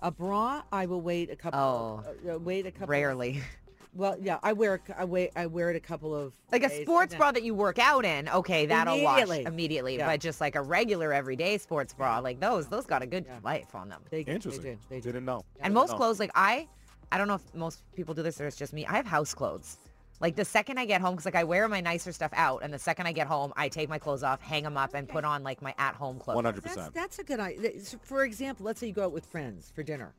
Speaker 3: A bra, I will wait a couple.
Speaker 4: Oh.
Speaker 3: uh, wait a couple.
Speaker 4: Rarely.
Speaker 3: Well, yeah, I wear. a c- I wait. I wear it a couple of
Speaker 4: Like a
Speaker 3: days, and
Speaker 4: sports
Speaker 3: then-
Speaker 4: bra that you work out in, okay, that'll
Speaker 3: Immediately.
Speaker 4: wash immediately.
Speaker 3: Yeah.
Speaker 4: But just like a regular everyday sports bra, like those, those got a good life on them.
Speaker 3: They, they
Speaker 2: Interesting.
Speaker 3: do. They do.
Speaker 2: Didn't know.
Speaker 4: And
Speaker 2: Didn't
Speaker 4: most
Speaker 2: know.
Speaker 4: clothes, like I, I don't know if most people do this or it's just me. I have house clothes. Like the second I get home, because like I wear my nicer stuff out, and the second I get home, I take my clothes off, hang them up, and put on like my at-home clothes.
Speaker 2: 100%.
Speaker 3: That's that's a good idea. S- For example, let's say you go out with friends for dinner,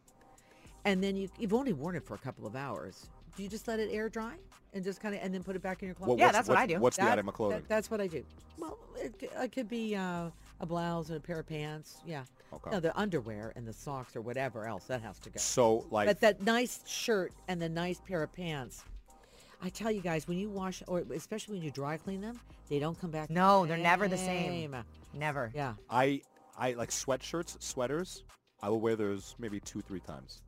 Speaker 3: and then you you've only worn it for a couple of hours. Do you just let it air dry and just kind of and then put it back in your closet?
Speaker 4: Yeah,
Speaker 2: what's-
Speaker 4: that's what I
Speaker 2: what's-
Speaker 4: do.
Speaker 2: What's the
Speaker 3: That-
Speaker 2: item of clothing?
Speaker 3: that- that's what I do. Well, it, c- it could be uh, a blouse and a pair of pants. Yeah.
Speaker 2: Okay.
Speaker 3: No, the underwear and the socks or whatever else that has to go.
Speaker 2: so, like,
Speaker 3: But that nice shirt and the nice pair of pants. I tell you guys, when you wash, or especially when you dry clean them, they don't come back.
Speaker 4: No, they're never the same. Never.
Speaker 3: Yeah.
Speaker 2: I, I like sweatshirts, sweaters. I will wear those maybe two, three times.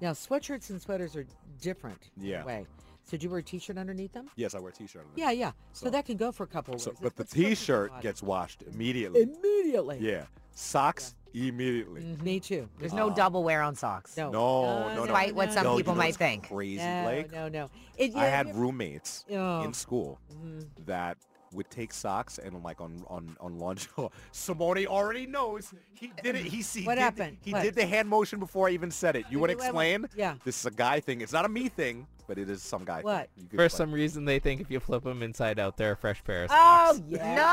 Speaker 3: Now, sweatshirts and sweaters are different. in a
Speaker 2: Yeah.
Speaker 3: Way. So, do you wear a t-shirt underneath them?
Speaker 2: Yes, I wear a t-shirt. underneath.
Speaker 3: Yeah, yeah. So,
Speaker 2: So-
Speaker 3: that can go for a couple.
Speaker 2: So,
Speaker 3: wears.
Speaker 2: but the
Speaker 3: That's what sweatshirts are
Speaker 2: t-shirt
Speaker 3: like.
Speaker 2: gets washed immediately.
Speaker 3: immediately.
Speaker 2: Yeah. Oh, Socks immediately.
Speaker 3: Me too.
Speaker 4: There's no double wear on socks.
Speaker 3: Mm-hmm. No.
Speaker 2: No, no, no.
Speaker 4: Despite what some
Speaker 2: No, you
Speaker 4: people
Speaker 2: know
Speaker 4: might
Speaker 2: what's
Speaker 4: think.
Speaker 2: Crazy,
Speaker 3: No,
Speaker 2: Blake.
Speaker 3: no, no. It,
Speaker 2: I
Speaker 3: yeah,
Speaker 2: had
Speaker 3: yeah.
Speaker 2: roommates
Speaker 3: Oh. Mm-hmm.
Speaker 2: in school that would take socks and like on on on lunch. Simone already knows. He did it. He see.
Speaker 3: What
Speaker 2: did,
Speaker 3: happened?
Speaker 2: He
Speaker 3: What?
Speaker 2: did the hand motion before I even said it. You want to
Speaker 3: Wait, wait, wait.
Speaker 2: explain?
Speaker 3: Yeah.
Speaker 2: This is a guy thing. It's not a me thing, but it is some guy.
Speaker 3: What?
Speaker 2: Thing. You could
Speaker 8: For
Speaker 2: explain.
Speaker 8: some reason, they think if you flip them inside out, they're a fresh pair of socks.
Speaker 3: Oh yeah.
Speaker 4: No.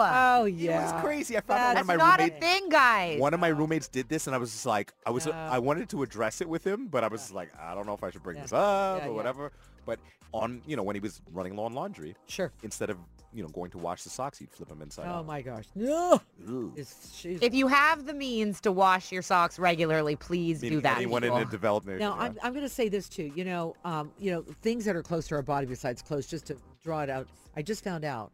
Speaker 3: Oh
Speaker 2: It
Speaker 3: yeah.
Speaker 2: was crazy. I found out one
Speaker 4: That's
Speaker 2: of my
Speaker 4: not a
Speaker 2: roommates.
Speaker 4: thing, guys.
Speaker 2: One of my roommates did this, and I was just like, I was, I wanted to address it with him, but I was just like, I don't know if I should bring
Speaker 3: Yeah.
Speaker 2: this up
Speaker 3: Yeah,
Speaker 2: or
Speaker 3: yeah.
Speaker 2: whatever. But on, you know, when he was running low on laundry,
Speaker 3: Sure.
Speaker 2: instead of you know going to wash the socks, he'd flip them inside
Speaker 3: Oh
Speaker 2: out.
Speaker 3: my gosh. No.
Speaker 2: Ooh.
Speaker 3: It's- she's-
Speaker 4: If you have the means to wash your socks regularly, please do
Speaker 2: Meaning
Speaker 4: that.
Speaker 2: Anyone in
Speaker 4: people.
Speaker 2: the development.
Speaker 3: Now
Speaker 2: yeah.
Speaker 3: I'm, I'm going to say this too. You know, um, you know, things that are close to our body besides clothes. Just to draw it out, I just found out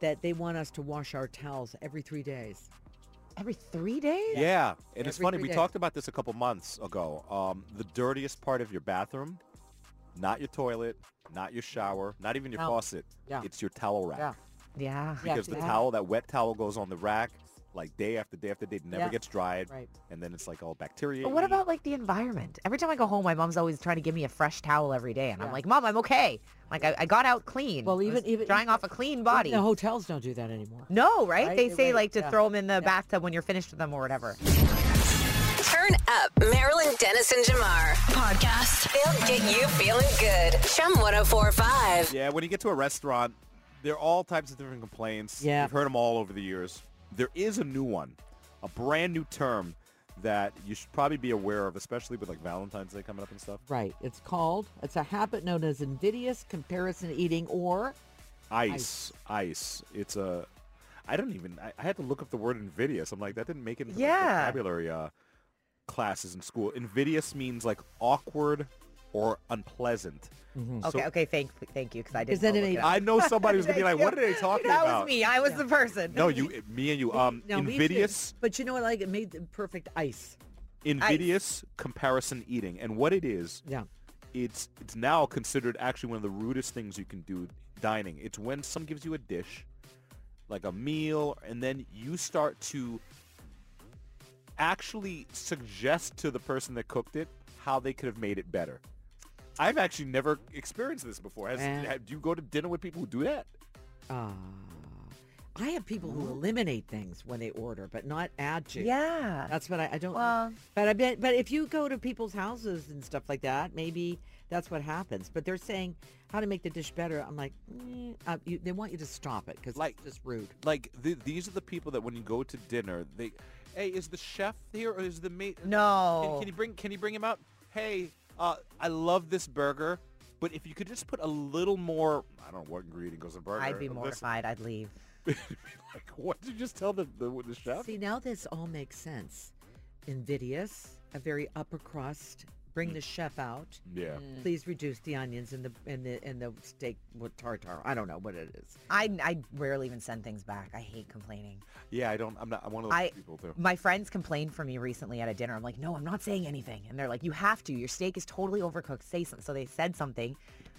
Speaker 3: that they want us to wash our towels every three days.
Speaker 4: Every three days?
Speaker 2: yeah. and it's
Speaker 3: Every
Speaker 2: funny.
Speaker 3: three
Speaker 2: We
Speaker 3: days.
Speaker 2: talked about this a couple months ago. Um, the dirtiest part of your bathroom, not your toilet, not your shower, not even your
Speaker 3: No.
Speaker 2: faucet.
Speaker 3: Yeah.
Speaker 2: It's your towel rack.
Speaker 3: Yeah.
Speaker 4: Yeah.
Speaker 3: Yeah.
Speaker 2: Because the towel, that wet towel, goes on the rack like day after day after day. It never
Speaker 3: Yeah.
Speaker 2: gets dried,
Speaker 3: Right.
Speaker 2: and then it's like all bacteria.
Speaker 4: But what about like the environment? Every time I go home, my mom's always trying to give me a fresh towel every day, and I'm
Speaker 3: Yeah.
Speaker 4: like, Mom, I'm okay. Like I, I got out clean.
Speaker 3: Well,
Speaker 4: I was
Speaker 3: even- even-
Speaker 4: drying off a clean body.
Speaker 3: The hotels don't do that anymore.
Speaker 4: no, right?
Speaker 3: Right,
Speaker 4: They
Speaker 3: you're
Speaker 4: say
Speaker 3: right,
Speaker 4: like to
Speaker 3: yeah.
Speaker 4: throw them in the bathtub when you're finished with them or whatever.
Speaker 1: Turn up Marilyn Dennis and Jamar podcast. It'll get you feeling good. oh Shum 1045.
Speaker 2: Yeah, when you get to a restaurant, there are all types of different complaints.
Speaker 3: Yeah.
Speaker 2: We've heard them all over the years. There is a new one, a brand new term that you should probably be aware of, especially with like Valentine's Day coming up and stuff.
Speaker 3: Right. It's called. It's a habit known as invidious comparison eating, or
Speaker 2: Ice. Ice. It's a, I don't even, I, I had to look up the word invidious. I'm like, that didn't make it into like,
Speaker 4: Yeah.
Speaker 2: vocabulary uh, classes in school. Invidious means like awkward or unpleasant.
Speaker 4: Okay, okay, thank, thank you, because I didn't.
Speaker 3: that
Speaker 4: go
Speaker 3: an
Speaker 4: look it
Speaker 3: eight-
Speaker 4: up.
Speaker 2: I know somebody was going to be like, what are they talking
Speaker 4: That
Speaker 2: about?
Speaker 4: was me. I was the person.
Speaker 2: No, you, me and you. Um,
Speaker 3: Now, me too.
Speaker 2: invidious.
Speaker 3: But you know what? Like it made the perfect ice.
Speaker 2: invidious comparison eating and what it is
Speaker 3: Yeah.
Speaker 2: it's it's now considered actually one of the rudest things you can do dining it's when someone gives you a dish like a meal and then you start to actually suggest to the person that cooked it how they could have made it better. I've actually never experienced this before. Has,
Speaker 3: Eh.
Speaker 2: have- do you go to dinner with people who do that?
Speaker 3: Ah. I have people who eliminate things when they order, but not add to.
Speaker 4: Yeah.
Speaker 3: That's what I, I don't.
Speaker 4: Well-
Speaker 3: but I bet. But if you go to people's houses and stuff like that, maybe that's what happens. But they're saying how to make the dish better. I'm like, mm, uh, you, they want you to stop it because
Speaker 2: Like-
Speaker 3: it's just rude.
Speaker 2: Like th these are the people that when you go to dinner, they, hey, is the chef here or is the mate? Can,
Speaker 3: Oh.
Speaker 4: No.
Speaker 2: can you bring Can you bring him out? Hey, uh, I love this burger, but if you could just put a little more, I don't know what ingredient goes in a burger.
Speaker 4: I'd be
Speaker 2: of this-
Speaker 4: mortified. I'd leave.
Speaker 2: like, what did you just tell the the, the chef?
Speaker 3: See, now this all makes sense. Invidious, a very upper crust. Bring the chef out.
Speaker 2: Yeah.
Speaker 3: Please reduce the onions and the and the and the steak with tartar. I don't know what it is.
Speaker 4: I, I rarely even send things back. I hate complaining.
Speaker 2: Yeah, I don't. I'm not. I'm one of those
Speaker 4: I
Speaker 2: people too.
Speaker 4: my friends complained for me recently at a dinner. I'm like, no, I'm not saying anything, and they're like, you have to. Your steak is totally overcooked. Say something. So they said something,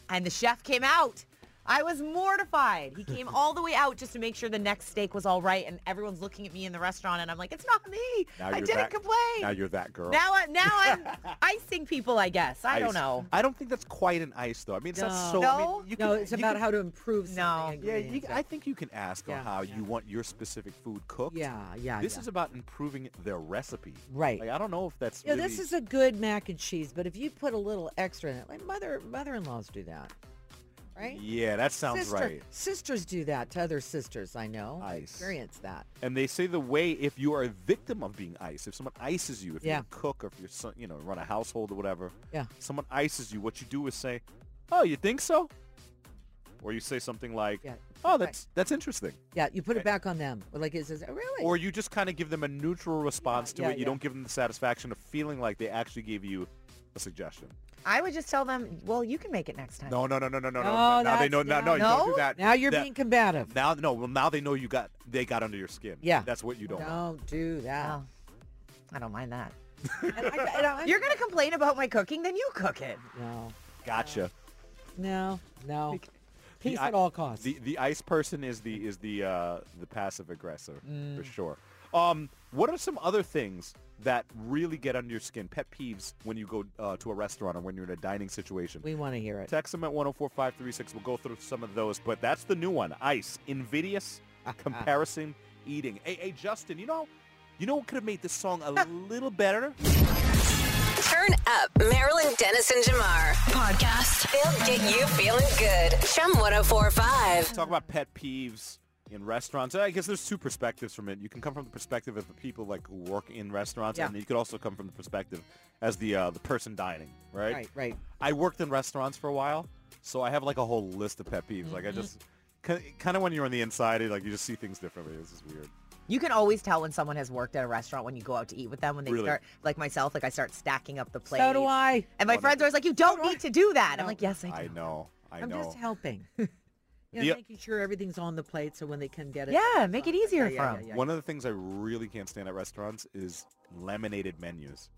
Speaker 4: and the chef came out. I was mortified. He came all the way out just to make sure the next steak was all right, and everyone's looking at me in the restaurant, and I'm like, it's not me.
Speaker 2: Now
Speaker 4: I
Speaker 2: you're
Speaker 4: didn't
Speaker 2: that-
Speaker 4: complain.
Speaker 2: Now you're that girl.
Speaker 4: now, I, now I'm icing people, I guess. I don't
Speaker 2: Ice.
Speaker 4: know.
Speaker 2: I don't think that's quite an ice though. I mean, it's not so.
Speaker 4: No.
Speaker 2: I mean, you
Speaker 3: no,
Speaker 2: can-
Speaker 3: it's
Speaker 2: you
Speaker 3: about
Speaker 2: can-
Speaker 3: how to improve.
Speaker 4: No.
Speaker 3: Something,
Speaker 2: Yeah, you,
Speaker 3: ingredients,
Speaker 2: I think you can ask
Speaker 3: Yeah,
Speaker 2: on how
Speaker 3: yeah.
Speaker 2: you want your specific food cooked.
Speaker 3: Yeah, yeah.
Speaker 2: This
Speaker 3: yeah.
Speaker 2: is about improving their recipe.
Speaker 3: Right.
Speaker 2: Like, I don't know if that's.
Speaker 3: Yeah,
Speaker 2: really,
Speaker 3: this is a good mac and cheese, but if you put a little extra in it, like mother mother-in-laws do that, right?
Speaker 2: Yeah, that sounds
Speaker 3: Sister-
Speaker 2: right.
Speaker 3: Sisters do that to other sisters. I know. I
Speaker 2: Ice.
Speaker 3: experienced that.
Speaker 2: And they say the way if you are a victim of being iced, if someone ices you, if
Speaker 3: Yeah.
Speaker 2: you're a cook or if you're so, you know run a household or whatever,
Speaker 3: Yeah.
Speaker 2: someone ices you, what you do is say, "Oh, you think so?" Or you say something like,
Speaker 3: Yeah,
Speaker 2: "Oh,
Speaker 3: right.
Speaker 2: that's that's interesting."
Speaker 3: Yeah, you put it back on them. Like it says, oh, really?
Speaker 2: Or you just kind of give them a neutral response to
Speaker 3: yeah,
Speaker 2: it. You
Speaker 3: yeah.
Speaker 2: don't give them the satisfaction of feeling like they actually gave you a suggestion.
Speaker 4: I would just tell them, well, you can make it next time.
Speaker 2: No, no, no, no, no, no.
Speaker 3: No,
Speaker 2: now they
Speaker 3: that's-
Speaker 2: know. No,
Speaker 3: no.
Speaker 2: no, you don't do
Speaker 4: No?
Speaker 2: that.
Speaker 3: now you're
Speaker 2: That-
Speaker 3: being combative.
Speaker 2: Now, no. Well, now they know you got. They got under your skin.
Speaker 3: Yeah.
Speaker 2: That's what you don't. want.
Speaker 3: Don't do that.
Speaker 4: Oh, I don't mind that.
Speaker 3: And I- and I-
Speaker 4: You're gonna complain about my cooking, then you cook it.
Speaker 3: no,
Speaker 2: Gotcha.
Speaker 3: no, no. Peace
Speaker 2: I-
Speaker 3: at all costs.
Speaker 2: The the ice person is the is the uh, the passive aggressor
Speaker 3: Mm.
Speaker 2: for sure. Um, what are some other things that really get under your skin? Pet peeves when you go uh, to a restaurant or when you're in a dining situation.
Speaker 3: we want to hear it.
Speaker 2: Text them at 104536. We'll go through some of those, but that's the new one. Ice, invidious,
Speaker 3: Ah,
Speaker 2: comparison, eating. Hey, hey, Justin, you know, you know what could have made this song a little better?
Speaker 1: Turn up Marilyn Dennis and Jamar. Podcast. They'll get you feeling good. oh Chum 1045.
Speaker 2: Talk
Speaker 3: Uh-huh.
Speaker 2: about pet peeves in restaurants. I guess there's two perspectives from it. You can come from the perspective of the people like who work in restaurants,
Speaker 3: Yeah.
Speaker 2: and you could also come from the perspective as the uh, the person dining, right?
Speaker 3: Right, right.
Speaker 2: I worked in restaurants for a while, so I have like a whole list of pet peeves. Like I
Speaker 3: Mm-hmm.
Speaker 2: just kind of when you're on the inside, like you just see things differently. This is weird.
Speaker 4: You can always tell when someone has worked at a restaurant when you go out to eat with them when they
Speaker 2: Really?
Speaker 4: start like myself, like I start stacking up the plates.
Speaker 3: So do I.
Speaker 4: And my friends are always like, "You don't need to do that."
Speaker 3: No.
Speaker 4: I'm like, "Yes, I do."
Speaker 2: I know. I
Speaker 3: I'm
Speaker 2: know.
Speaker 3: just helping. you know,
Speaker 2: Yeah.
Speaker 3: making sure everything's on the plate so when they can get it.
Speaker 4: Yeah, make it easier
Speaker 3: yeah, yeah,
Speaker 4: for 'em.
Speaker 3: yeah, yeah.
Speaker 2: One of the things I really can't stand at restaurants is laminated menus.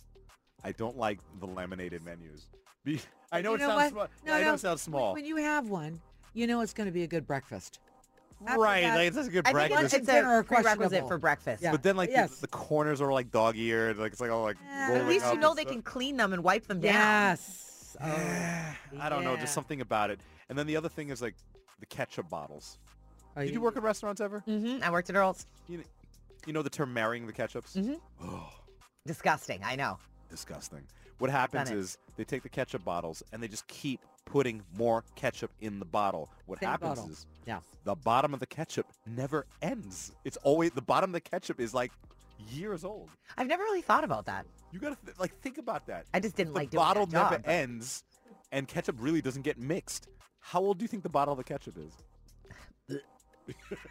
Speaker 2: I don't like the laminated menus. Be- I know
Speaker 3: You
Speaker 2: it sounds small.
Speaker 3: what?
Speaker 2: I know it sounds small.
Speaker 3: When you have one, you know it's going to be a good breakfast. after
Speaker 2: right,
Speaker 3: that-
Speaker 2: like it's such a good
Speaker 4: I think
Speaker 2: breakfast.
Speaker 4: it's,
Speaker 3: Breakfast
Speaker 4: it's
Speaker 3: and dinner
Speaker 4: a
Speaker 3: are
Speaker 4: prerequisite
Speaker 3: questionable.
Speaker 4: for breakfast.
Speaker 3: Yeah.
Speaker 2: but then like
Speaker 3: yes.
Speaker 2: the, the corners are like dog-eared, like it's like all like
Speaker 3: Yeah.
Speaker 2: rolling
Speaker 4: At least
Speaker 2: up
Speaker 4: you know
Speaker 2: and
Speaker 4: they
Speaker 2: stuff.
Speaker 4: can clean them and wipe them down.
Speaker 3: Yes. Oh,
Speaker 2: I don't know,
Speaker 3: yeah.
Speaker 2: just something about it. And then the other thing is like the ketchup bottles.
Speaker 3: Oh,
Speaker 2: Did you work at restaurants ever?
Speaker 4: hmm I worked at Earl's.
Speaker 2: You, you know the term marrying the ketchups?
Speaker 4: Disgusting. I know.
Speaker 2: disgusting. What happens
Speaker 4: Done it.
Speaker 2: is they take the ketchup bottles and they just keep putting more ketchup in the bottle. What
Speaker 3: Same
Speaker 2: happens
Speaker 3: bottle.
Speaker 2: is
Speaker 3: Yeah.
Speaker 2: the bottom of the ketchup never ends. It's always the bottom of the ketchup is like years old.
Speaker 4: I've never really thought about that.
Speaker 2: You gotta th- like think about that.
Speaker 4: I just didn't
Speaker 2: the
Speaker 4: like doing
Speaker 2: bottle
Speaker 4: that job.
Speaker 2: never ends, and ketchup really doesn't get mixed. How old do you think the bottle of the ketchup is?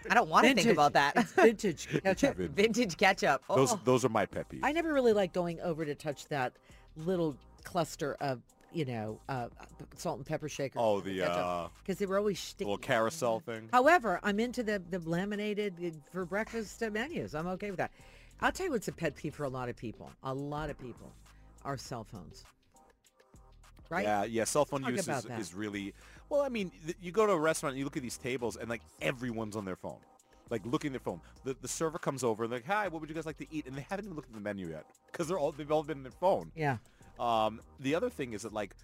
Speaker 4: I don't want to think
Speaker 3: Vintage.
Speaker 4: about that.
Speaker 3: It's vintage ketchup.
Speaker 2: Vintage.
Speaker 4: Vintage ketchup. Oh.
Speaker 2: Those those are my pet peeves.
Speaker 3: I never really like going over to touch that little cluster of, you know, uh, salt and pepper shaker.
Speaker 2: Oh, the, uh,
Speaker 3: because they were always sticky.
Speaker 2: Little carousel thing.
Speaker 3: However, I'm into the, the laminated uh, for breakfast uh, menus. I'm okay with that. I'll tell you what's a pet peeve for a lot of people. A lot of people are cell phones. Right?
Speaker 2: Yeah, yeah. Cell phone
Speaker 3: Talk
Speaker 2: use
Speaker 3: about
Speaker 2: is,
Speaker 3: that.
Speaker 2: is really well. I mean, th- you go to a restaurant, and you look at these tables, and like everyone's on their phone. like looking at their phone. The, the server comes over and they're like, hi, what would you guys like to eat? And they haven't even looked at the menu yet because they're all, they've all been on their phone.
Speaker 3: Yeah.
Speaker 2: Um, the other thing is that like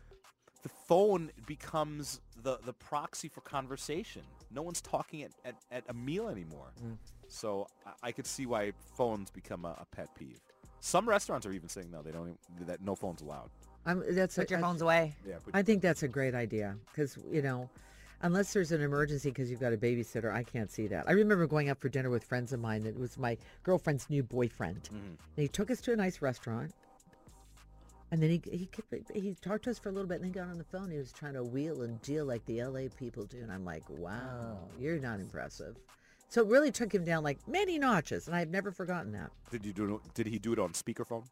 Speaker 2: the phone becomes the, the proxy for conversation. No one's talking at, at, at a meal anymore.
Speaker 3: Mm.
Speaker 2: So I, I could see why phones become a, a pet peeve. Some restaurants are even saying no, they don't even, that no phones allowed.
Speaker 3: I'm, that's
Speaker 4: Put
Speaker 3: a-
Speaker 4: your
Speaker 3: I-
Speaker 4: phones away.
Speaker 2: Yeah, but
Speaker 3: I think that's a great idea because you know, unless there's an emergency because you've got a babysitter, I can't see that. I remember going out for dinner with friends of mine. It was my girlfriend's new boyfriend.
Speaker 2: Mm-hmm.
Speaker 3: And he took us to a nice restaurant, and then he he kept, he talked to us for a little bit, and then he got on the phone. He was trying to wheel and deal like the LA people do, and I'm like,
Speaker 2: Oh.
Speaker 3: wow, you're not impressive. So it really took him down like many notches, and I've never forgotten that.
Speaker 2: did you do? it- Did he do it on speakerphone?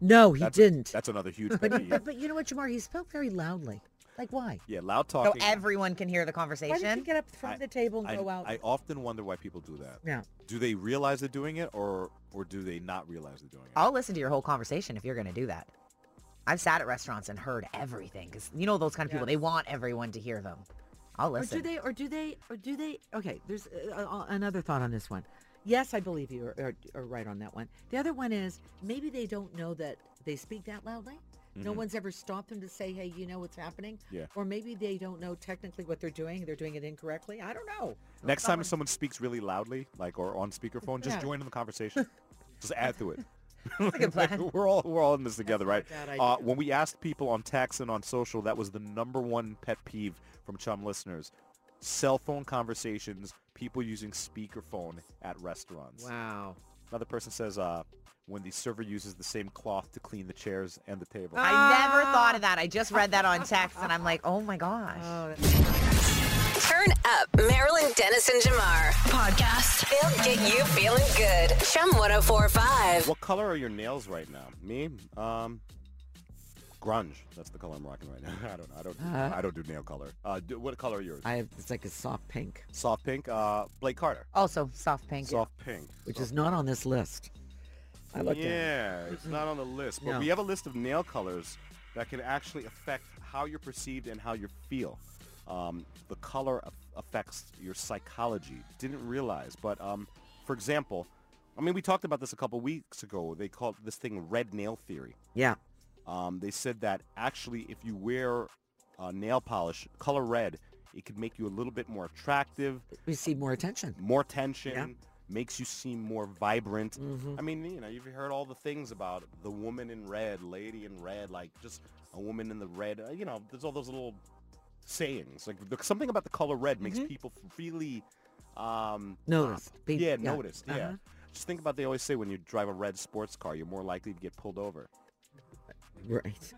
Speaker 3: No, he
Speaker 2: That's-
Speaker 3: didn't.
Speaker 2: That's another huge
Speaker 3: but,
Speaker 2: pet
Speaker 3: he-
Speaker 2: peeve.
Speaker 3: but but you know what, Jamar? He spoke very loudly. Like why?
Speaker 2: Yeah, loud talking.
Speaker 4: So everyone can hear the
Speaker 3: Why did you
Speaker 4: conversation.
Speaker 3: get up from the table and
Speaker 2: I,
Speaker 3: go out?
Speaker 2: I often wonder why people do that.
Speaker 3: yeah.
Speaker 2: Do they realize they're doing it, or or do they not realize they're doing it?
Speaker 4: I'll listen to your whole conversation if you're going to do that. I've sat at restaurants and heard everything because you know those kind of people. They want everyone to hear them. I'll
Speaker 3: Or
Speaker 4: listen.
Speaker 3: do they? Or do they? Or do they? Okay. There's uh, uh, another thought on this one. Yes, I believe you are, are, are right on that one. The other one is maybe they don't know that they speak that loudly. No one's ever stopped them to say, "Hey, you know what's happening,"
Speaker 2: Mm-hmm. Yeah.
Speaker 3: or maybe they don't know technically what they're doing. They're doing it incorrectly. I don't know.
Speaker 2: Next time someone speaks really loudly, like or on speakerphone, just
Speaker 3: Yeah.
Speaker 2: join in the conversation. just add to it.
Speaker 4: a good
Speaker 2: Like,
Speaker 4: plan.
Speaker 2: we're all we're all in this together,
Speaker 3: That's
Speaker 2: right?
Speaker 3: not a bad
Speaker 2: Uh,
Speaker 3: idea.
Speaker 2: when we asked people on tax and on social, that was the number one pet peeve from Chum listeners: cell phone conversations, people using speakerphone at restaurants.
Speaker 3: Wow.
Speaker 2: Another person says, uh, when the server uses the same cloth to clean the chairs and the table.
Speaker 3: Ah,
Speaker 4: I never thought of that. I just read that on text and I'm like, oh my gosh.
Speaker 1: Turn up Marilyn Dennis and Jamar. Podcast. They'll get you feeling good. Chum 1045.
Speaker 2: What color are your nails right now? Me? Um, grunge. That's the color I'm rocking right now. I don't know. I don't.
Speaker 3: Uh-huh.
Speaker 2: I don't do nail color. Uh, do, what color are yours?
Speaker 3: I have it's like a soft pink,
Speaker 2: Soft pink. Uh, Blake Carter.
Speaker 4: Also, soft pink.
Speaker 2: Soft pink.
Speaker 3: which is not on this list. I looked at. it.
Speaker 2: Yeah, it's not on the list, but
Speaker 3: No.
Speaker 2: we have a list of nail colors that can actually affect how you're perceived and how you feel. Um, the color af- affects your psychology. Didn't realize, but um, for example, I mean, we talked about this a couple weeks ago. They called this thing red nail theory.
Speaker 3: Yeah.
Speaker 2: Um, they said that actually, if you wear uh, nail polish color red, it could make you a little bit more attractive,
Speaker 3: Receive more attention.
Speaker 2: more tension, makes you seem more vibrant.
Speaker 3: Mm-hmm.
Speaker 2: I mean, you know, you've heard all the things about the woman in red, lady in red, like just a woman in the red. uh, You know, there's all those little sayings. Like the, something about the color red makes
Speaker 3: Mm-hmm.
Speaker 2: people really, um,
Speaker 3: Noticed. Be-
Speaker 2: yeah, noticed. Yeah.
Speaker 3: Uh-huh.
Speaker 2: Just think about they always say when you drive a red sports car, you're more likely to get pulled over,
Speaker 3: Uh-huh. Right.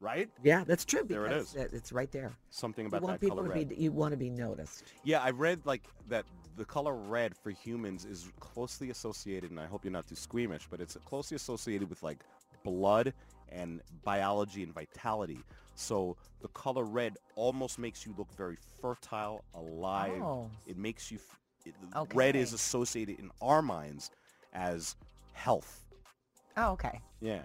Speaker 2: right?
Speaker 3: Yeah, that's true.
Speaker 2: There it
Speaker 3: because
Speaker 2: is.
Speaker 3: that- It's right there.
Speaker 2: Something
Speaker 3: You
Speaker 2: about
Speaker 3: want
Speaker 2: that
Speaker 3: people
Speaker 2: color
Speaker 3: to
Speaker 2: red.
Speaker 3: be. You want to be noticed.
Speaker 2: Yeah, I read like that the color red for humans is closely associated, and I hope you're not too squeamish, but it's closely associated with like blood and biology and vitality. So the color red almost makes you look very fertile, alive.
Speaker 4: Oh.
Speaker 2: It makes you, f- it, red is
Speaker 4: Okay.
Speaker 2: associated in our minds as health.
Speaker 4: Oh, okay.
Speaker 2: Yeah.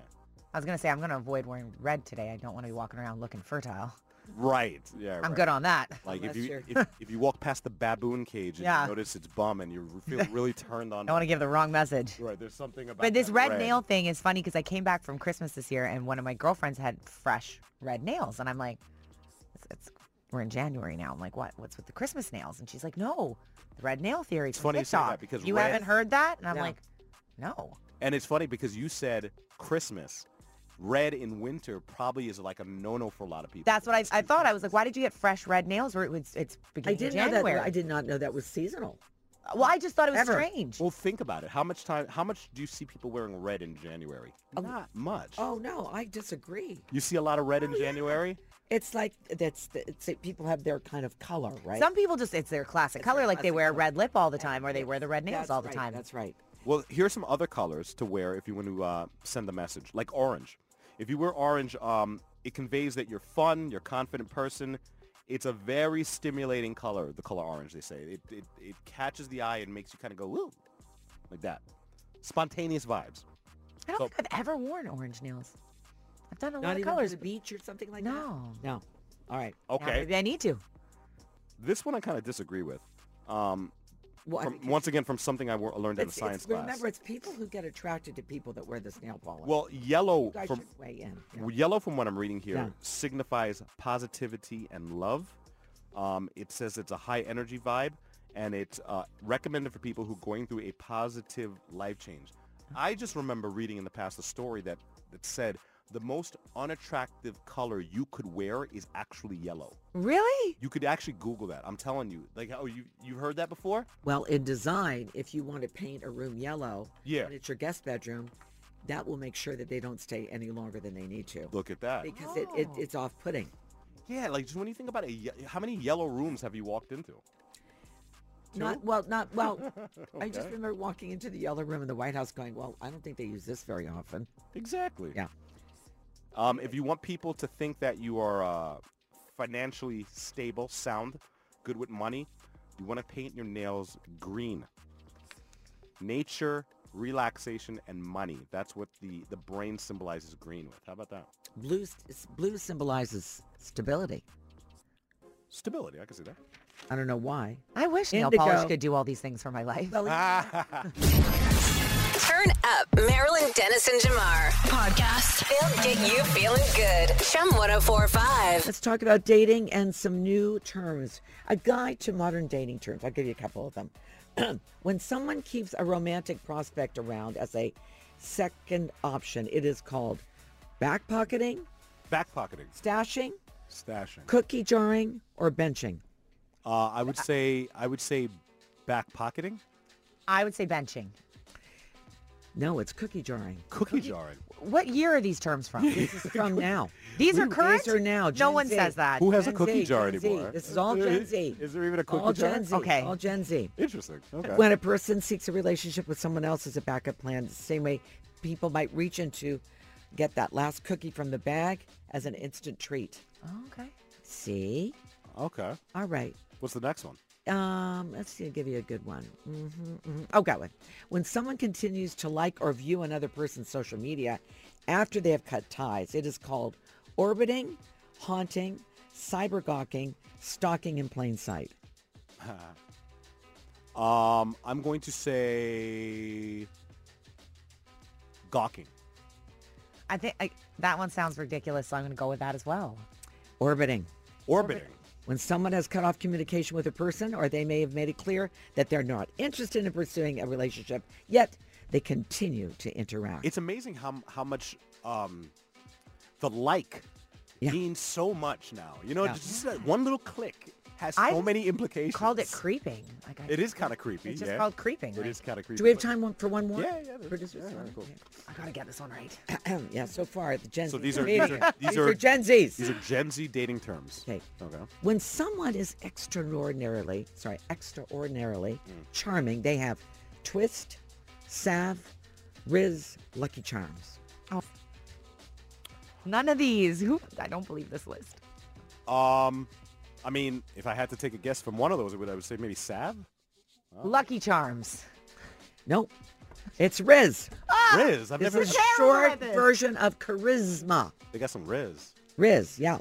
Speaker 4: I was going to say, I'm going to avoid wearing red today. I don't want to be walking around looking fertile.
Speaker 2: Right. Yeah.
Speaker 4: I'm
Speaker 2: right.
Speaker 4: good on that.
Speaker 2: Like if
Speaker 3: Unless
Speaker 2: you
Speaker 3: you're-
Speaker 2: if, if you walk past the baboon cage and
Speaker 4: Yeah.
Speaker 2: you notice its bum and you feel really turned on.
Speaker 4: I don't want to give the wrong message.
Speaker 2: Right, there's something about
Speaker 4: But this
Speaker 2: that
Speaker 4: red, nail thing is funny because I came back from Christmas this year and one of my girlfriends had fresh red nails, and I'm like, it's, it's, we're in January now. I'm like, what? What's with the Christmas nails? And she's like, no, the red nail theory. It's
Speaker 2: funny you say that
Speaker 4: TikTok.
Speaker 2: because
Speaker 4: you
Speaker 2: red-
Speaker 4: haven't heard that, and I'm
Speaker 3: Yeah.
Speaker 4: like, no.
Speaker 2: And it's funny because you said Christmas. Red in winter probably is like a no-no for a lot of people.
Speaker 4: That's what I, I thought. I was like, why did you get fresh red nails? Where it was it's
Speaker 3: I
Speaker 4: beginning of
Speaker 3: did not know
Speaker 4: January.
Speaker 3: that. I did not know that was seasonal.
Speaker 4: Well, I just thought it was
Speaker 3: Ever.
Speaker 4: strange.
Speaker 2: Well, think about it. How much time? How much do you see people wearing red in January? Not much.
Speaker 3: Oh no, I disagree.
Speaker 2: You see a lot of red
Speaker 4: Oh,
Speaker 2: in January.
Speaker 3: It's like that's the, it's like people have their kind of color, right?
Speaker 4: Some people just it's their classic color, like they wear red lip all the time, or they wear the red nails
Speaker 3: That's
Speaker 4: all the
Speaker 3: right,
Speaker 4: time.
Speaker 3: That's right.
Speaker 2: Well, here's some other colors to wear if you want to uh, send a message, like orange. If you wear orange, um, it conveys that you're fun, you're a confident person. It's a very stimulating color, the color orange, they say. It, it, it catches the eye and makes you kind of go, woo, like that. Spontaneous vibes.
Speaker 4: I don't
Speaker 2: So-
Speaker 4: think I've ever wororn orange nails. I've done a
Speaker 3: Not
Speaker 4: lot of
Speaker 3: even colors.
Speaker 4: colors.
Speaker 3: the beach or something like that.
Speaker 4: No.
Speaker 3: No. All right.
Speaker 4: Now, maybe I need to.
Speaker 2: This one I kind of disagree with. Um,
Speaker 3: Well, I
Speaker 2: From,
Speaker 3: think
Speaker 2: once again, from something I wor- learned in a
Speaker 3: it's,
Speaker 2: science
Speaker 3: it's,
Speaker 2: class.
Speaker 3: remember, it's people who get attracted to people that wear this nail polish.
Speaker 2: well, yellow
Speaker 3: you guys
Speaker 2: from
Speaker 3: should weigh in. Yeah.
Speaker 2: Well, Yellow, from what I'm reading here,
Speaker 3: Yeah.
Speaker 2: signifies positivity and love. Um, it says it's a high energy vibe, and it's uh, recommended for people who are going through a positive life change. I just remember reading in the past a story that, that said the most unattractive color you could wear is actually yellow.
Speaker 4: Really?
Speaker 2: You could actually Google that. I'm telling you. Like, oh, you you've heard that before?
Speaker 3: Well, in design, if you want to paint a room yellow,
Speaker 2: Yeah.
Speaker 3: and it's your guest bedroom, that will make sure that they don't stay any longer than they need to
Speaker 2: Look at that.
Speaker 3: because it, it,
Speaker 4: Oh.
Speaker 3: it's off-putting.
Speaker 2: Yeah, like just when you think about it, ye- how many yellow rooms have you walked into?
Speaker 3: Not well, not well. I just remember walking into the yellow room in the White House, going, "Well, I don't think they use this very often."
Speaker 2: Exactly.
Speaker 3: Yeah.
Speaker 2: Um, if you want people to think that you are uh, financially stable, sound, good with money, you want to paint your nails green. Nature, relaxation, and money. That's what the, the brain symbolizes green with. How about that?
Speaker 3: Blue, s- blue symbolizes stability.
Speaker 2: Stability. I can see that.
Speaker 3: I don't know why.
Speaker 4: I wish nail polish
Speaker 3: Indigo.
Speaker 4: could do all these things for my life.
Speaker 1: Turn up Marilyn Dennis and Jamar. Podcast. They'll get you feeling good. Chum 1045.
Speaker 3: Let's talk about dating and some new terms. A guide to modern dating terms. I'll give you a couple of them. when someone keeps a romantic prospect around as a second option, it is called backpocketing,
Speaker 2: Backpocketing.
Speaker 3: stashing,
Speaker 2: Stashing.
Speaker 3: cookie jarring, or benching.
Speaker 2: Uh, I would say I would say backpocketing.
Speaker 4: I would say benching.
Speaker 3: No, it's cookie jarring.
Speaker 2: Cookie jarring.
Speaker 4: What year are these terms from?
Speaker 3: This is from now.
Speaker 4: These are current?
Speaker 3: These are now.
Speaker 4: no
Speaker 3: Gen
Speaker 4: one
Speaker 3: Z.
Speaker 4: says that.
Speaker 2: Who has a
Speaker 3: Gen
Speaker 2: cookie
Speaker 3: Z,
Speaker 2: jar
Speaker 3: Gen Z.
Speaker 2: anymore?
Speaker 3: This is all Gen Z.
Speaker 2: Is there even a cookie
Speaker 3: all
Speaker 2: jar?
Speaker 3: Gen Z.
Speaker 4: Okay.
Speaker 3: All Gen Z.
Speaker 2: Interesting. Okay.
Speaker 3: When a person seeks a relationship with someone else as a backup plan, the same way people might reach into get that last cookie from the bag as an instant treat.
Speaker 4: Oh, okay.
Speaker 3: See?
Speaker 2: Okay.
Speaker 3: All right.
Speaker 2: What's the next one?
Speaker 3: Um, let's see, I'll give you a good one. hmm hmm Oh, got one. When someone continues to like or view another person's social media after they have cut ties, it is called orbiting, haunting, cybergawking, stalking in plain sight.
Speaker 2: Um, I'm going to say gawking.
Speaker 4: I think I, that one sounds ridiculous, so I'm going to go with that as well.
Speaker 3: Orbiting.
Speaker 2: Orbiting.
Speaker 3: When someone has cut off communication with a person, or they may have made it clear that they're not interested in pursuing a relationship, yet they continue to interact.
Speaker 2: It's amazing how how much um, the like
Speaker 3: Yeah.
Speaker 2: means so much now. You know,
Speaker 3: Yeah.
Speaker 2: just that one little click has so
Speaker 4: I've
Speaker 2: many implications.
Speaker 4: Called it creeping. Like I,
Speaker 2: It is kind of creepy.
Speaker 4: It's just
Speaker 2: yeah.
Speaker 4: called creeping.
Speaker 2: It
Speaker 4: like,
Speaker 2: is kind of creepy.
Speaker 3: Do we have
Speaker 2: but-
Speaker 3: time one- for one more?
Speaker 2: Yeah, yeah. there's-
Speaker 3: Producer's
Speaker 2: yeah,
Speaker 3: one?
Speaker 2: cool.
Speaker 4: I got to get this one right.
Speaker 3: Ahem. yeah, so far the Gen
Speaker 2: So
Speaker 3: Z
Speaker 2: these are-
Speaker 3: media.
Speaker 2: these are- these are-
Speaker 3: Gen Zs.
Speaker 2: These are Gen Z dating terms.
Speaker 3: okay.
Speaker 2: Okay.
Speaker 3: When someone is extraordinarily, sorry, extraordinarily
Speaker 2: Hmm.
Speaker 3: charming, they have twist, salve, riz, lucky charms.
Speaker 4: None of these. Who? I don't believe this list.
Speaker 2: Um, I mean, if I had to take a guess from one of those, I would, I would say maybe Sav?
Speaker 3: Oh.
Speaker 4: Lucky Charms.
Speaker 3: Nope. It's riz.
Speaker 2: Riz. I've
Speaker 3: Ah! This
Speaker 2: never.
Speaker 3: is
Speaker 4: terrible
Speaker 3: short
Speaker 4: at this.
Speaker 3: version of charisma.
Speaker 2: They got some Riz.
Speaker 3: Riz, yeah.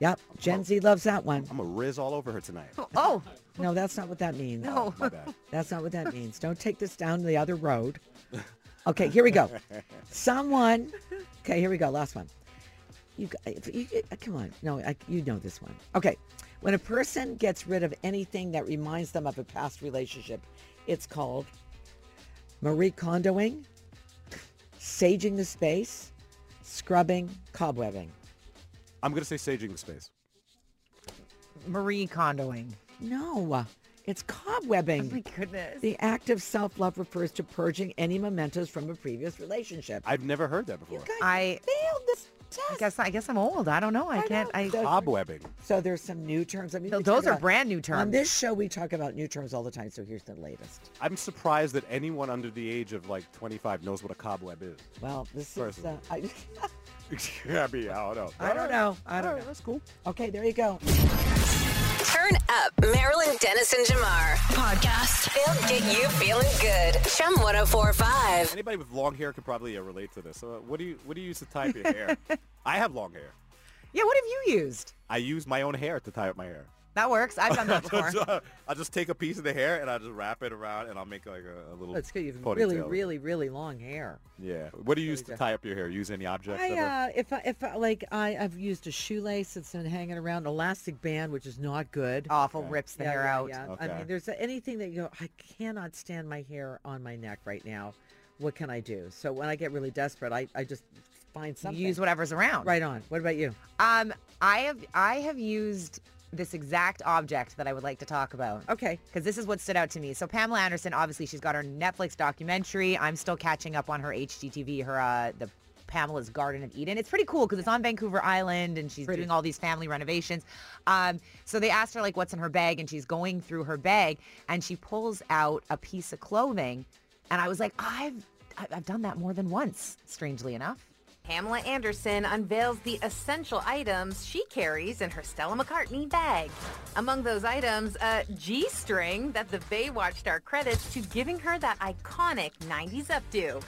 Speaker 3: Yep. Gen Z loves that one.
Speaker 2: I'm a Riz all over her tonight.
Speaker 4: Oh,
Speaker 3: No, that's not what that means.
Speaker 4: no.
Speaker 2: My bad.
Speaker 3: That's not what that means. Don't take this down the other road. Okay, here we go. Someone. Okay, here we go. Last one. You, g- if you uh, come on. No, I, you know this one. Okay, when a person gets rid of anything that reminds them of a past relationship, it's called Marie Kondoing, saging the space, scrubbing, cobwebbing.
Speaker 2: I'm gonna say saging the space.
Speaker 4: Marie Kondoing.
Speaker 3: No, it's cobwebbing.
Speaker 4: My goodness.
Speaker 3: The act of self-love refers to purging any mementos from a previous relationship.
Speaker 2: I've never heard that before.
Speaker 3: guys
Speaker 4: I-
Speaker 3: failed this
Speaker 4: I
Speaker 3: test.
Speaker 4: guess I guess I'm old. I don't know. I, can't. I,
Speaker 3: So-
Speaker 2: Cobwebbing.
Speaker 3: So there's some new terms. I mean,
Speaker 4: No,
Speaker 3: we talk
Speaker 4: those are
Speaker 3: about-
Speaker 4: brand new
Speaker 3: On
Speaker 4: terms.
Speaker 3: this show, we talk about new terms all the time. So here's the latest.
Speaker 2: I'm surprised that anyone under the age of like 25 knows what a cobweb is.
Speaker 3: Well, this is. Uh,
Speaker 2: Personally.
Speaker 3: I,
Speaker 2: I mean, I don't know.
Speaker 3: I don't know. I don't know.
Speaker 2: That's cool.
Speaker 3: Okay, there you go.
Speaker 1: Turn up Marilyn Dennis and Jamar. Podcast. They'll get you feeling good. Chum 1045.
Speaker 2: Anybody with long hair could probably uh, relate to this. Uh, what do you What do you use to tie up your hair? I have long hair.
Speaker 4: yeah. What have you used?
Speaker 2: I use my own hair to tie up my hair.
Speaker 4: That works. I've done that before.
Speaker 2: I'll just take a piece of the hair and I'll just wrap it around and I'll make like a, a little
Speaker 3: That's good. You have
Speaker 2: ponytail.
Speaker 3: really, really, really long hair.
Speaker 2: Yeah. What do you use to
Speaker 3: good.
Speaker 2: tie up your hair? Use any object?
Speaker 3: I,
Speaker 2: ever?
Speaker 3: uh, if I, if I, like I, I've used a shoelace that's been hanging around, an elastic band, which is not good.
Speaker 4: Awful rips the
Speaker 3: Yeah,
Speaker 4: hair
Speaker 3: yeah,
Speaker 4: out.
Speaker 3: yeah. I
Speaker 2: Okay.
Speaker 3: mean, there's anything that you go, I cannot stand my hair on my neck right now. What can I do? So when I get really desperate, I, I just find something.
Speaker 4: You use whatever's around.
Speaker 3: Right on. What about you?
Speaker 4: Um, I have I have used this exact object that I would like to talk about.
Speaker 3: Okay.
Speaker 4: Because this is what stood out to me. So Pamela Anderson, obviously, she's got her Netflix documentary. I'm still catching up on her HGTV, her uh, the Pamela's Garden of Eden. It's pretty cool because it's on Vancouver Island and she's doing all these family renovations. Um, so they asked her like, what's in her bag, and she's going through her bag and she pulls out a piece of clothing, and I was like, I've I've I've done that more than once, strangely enough.
Speaker 9: Pamela Anderson unveils the essential items she carries in her Stella McCartney bag. Among those items, a G-string that the Baywatch star credits to giving her that iconic 90s updo.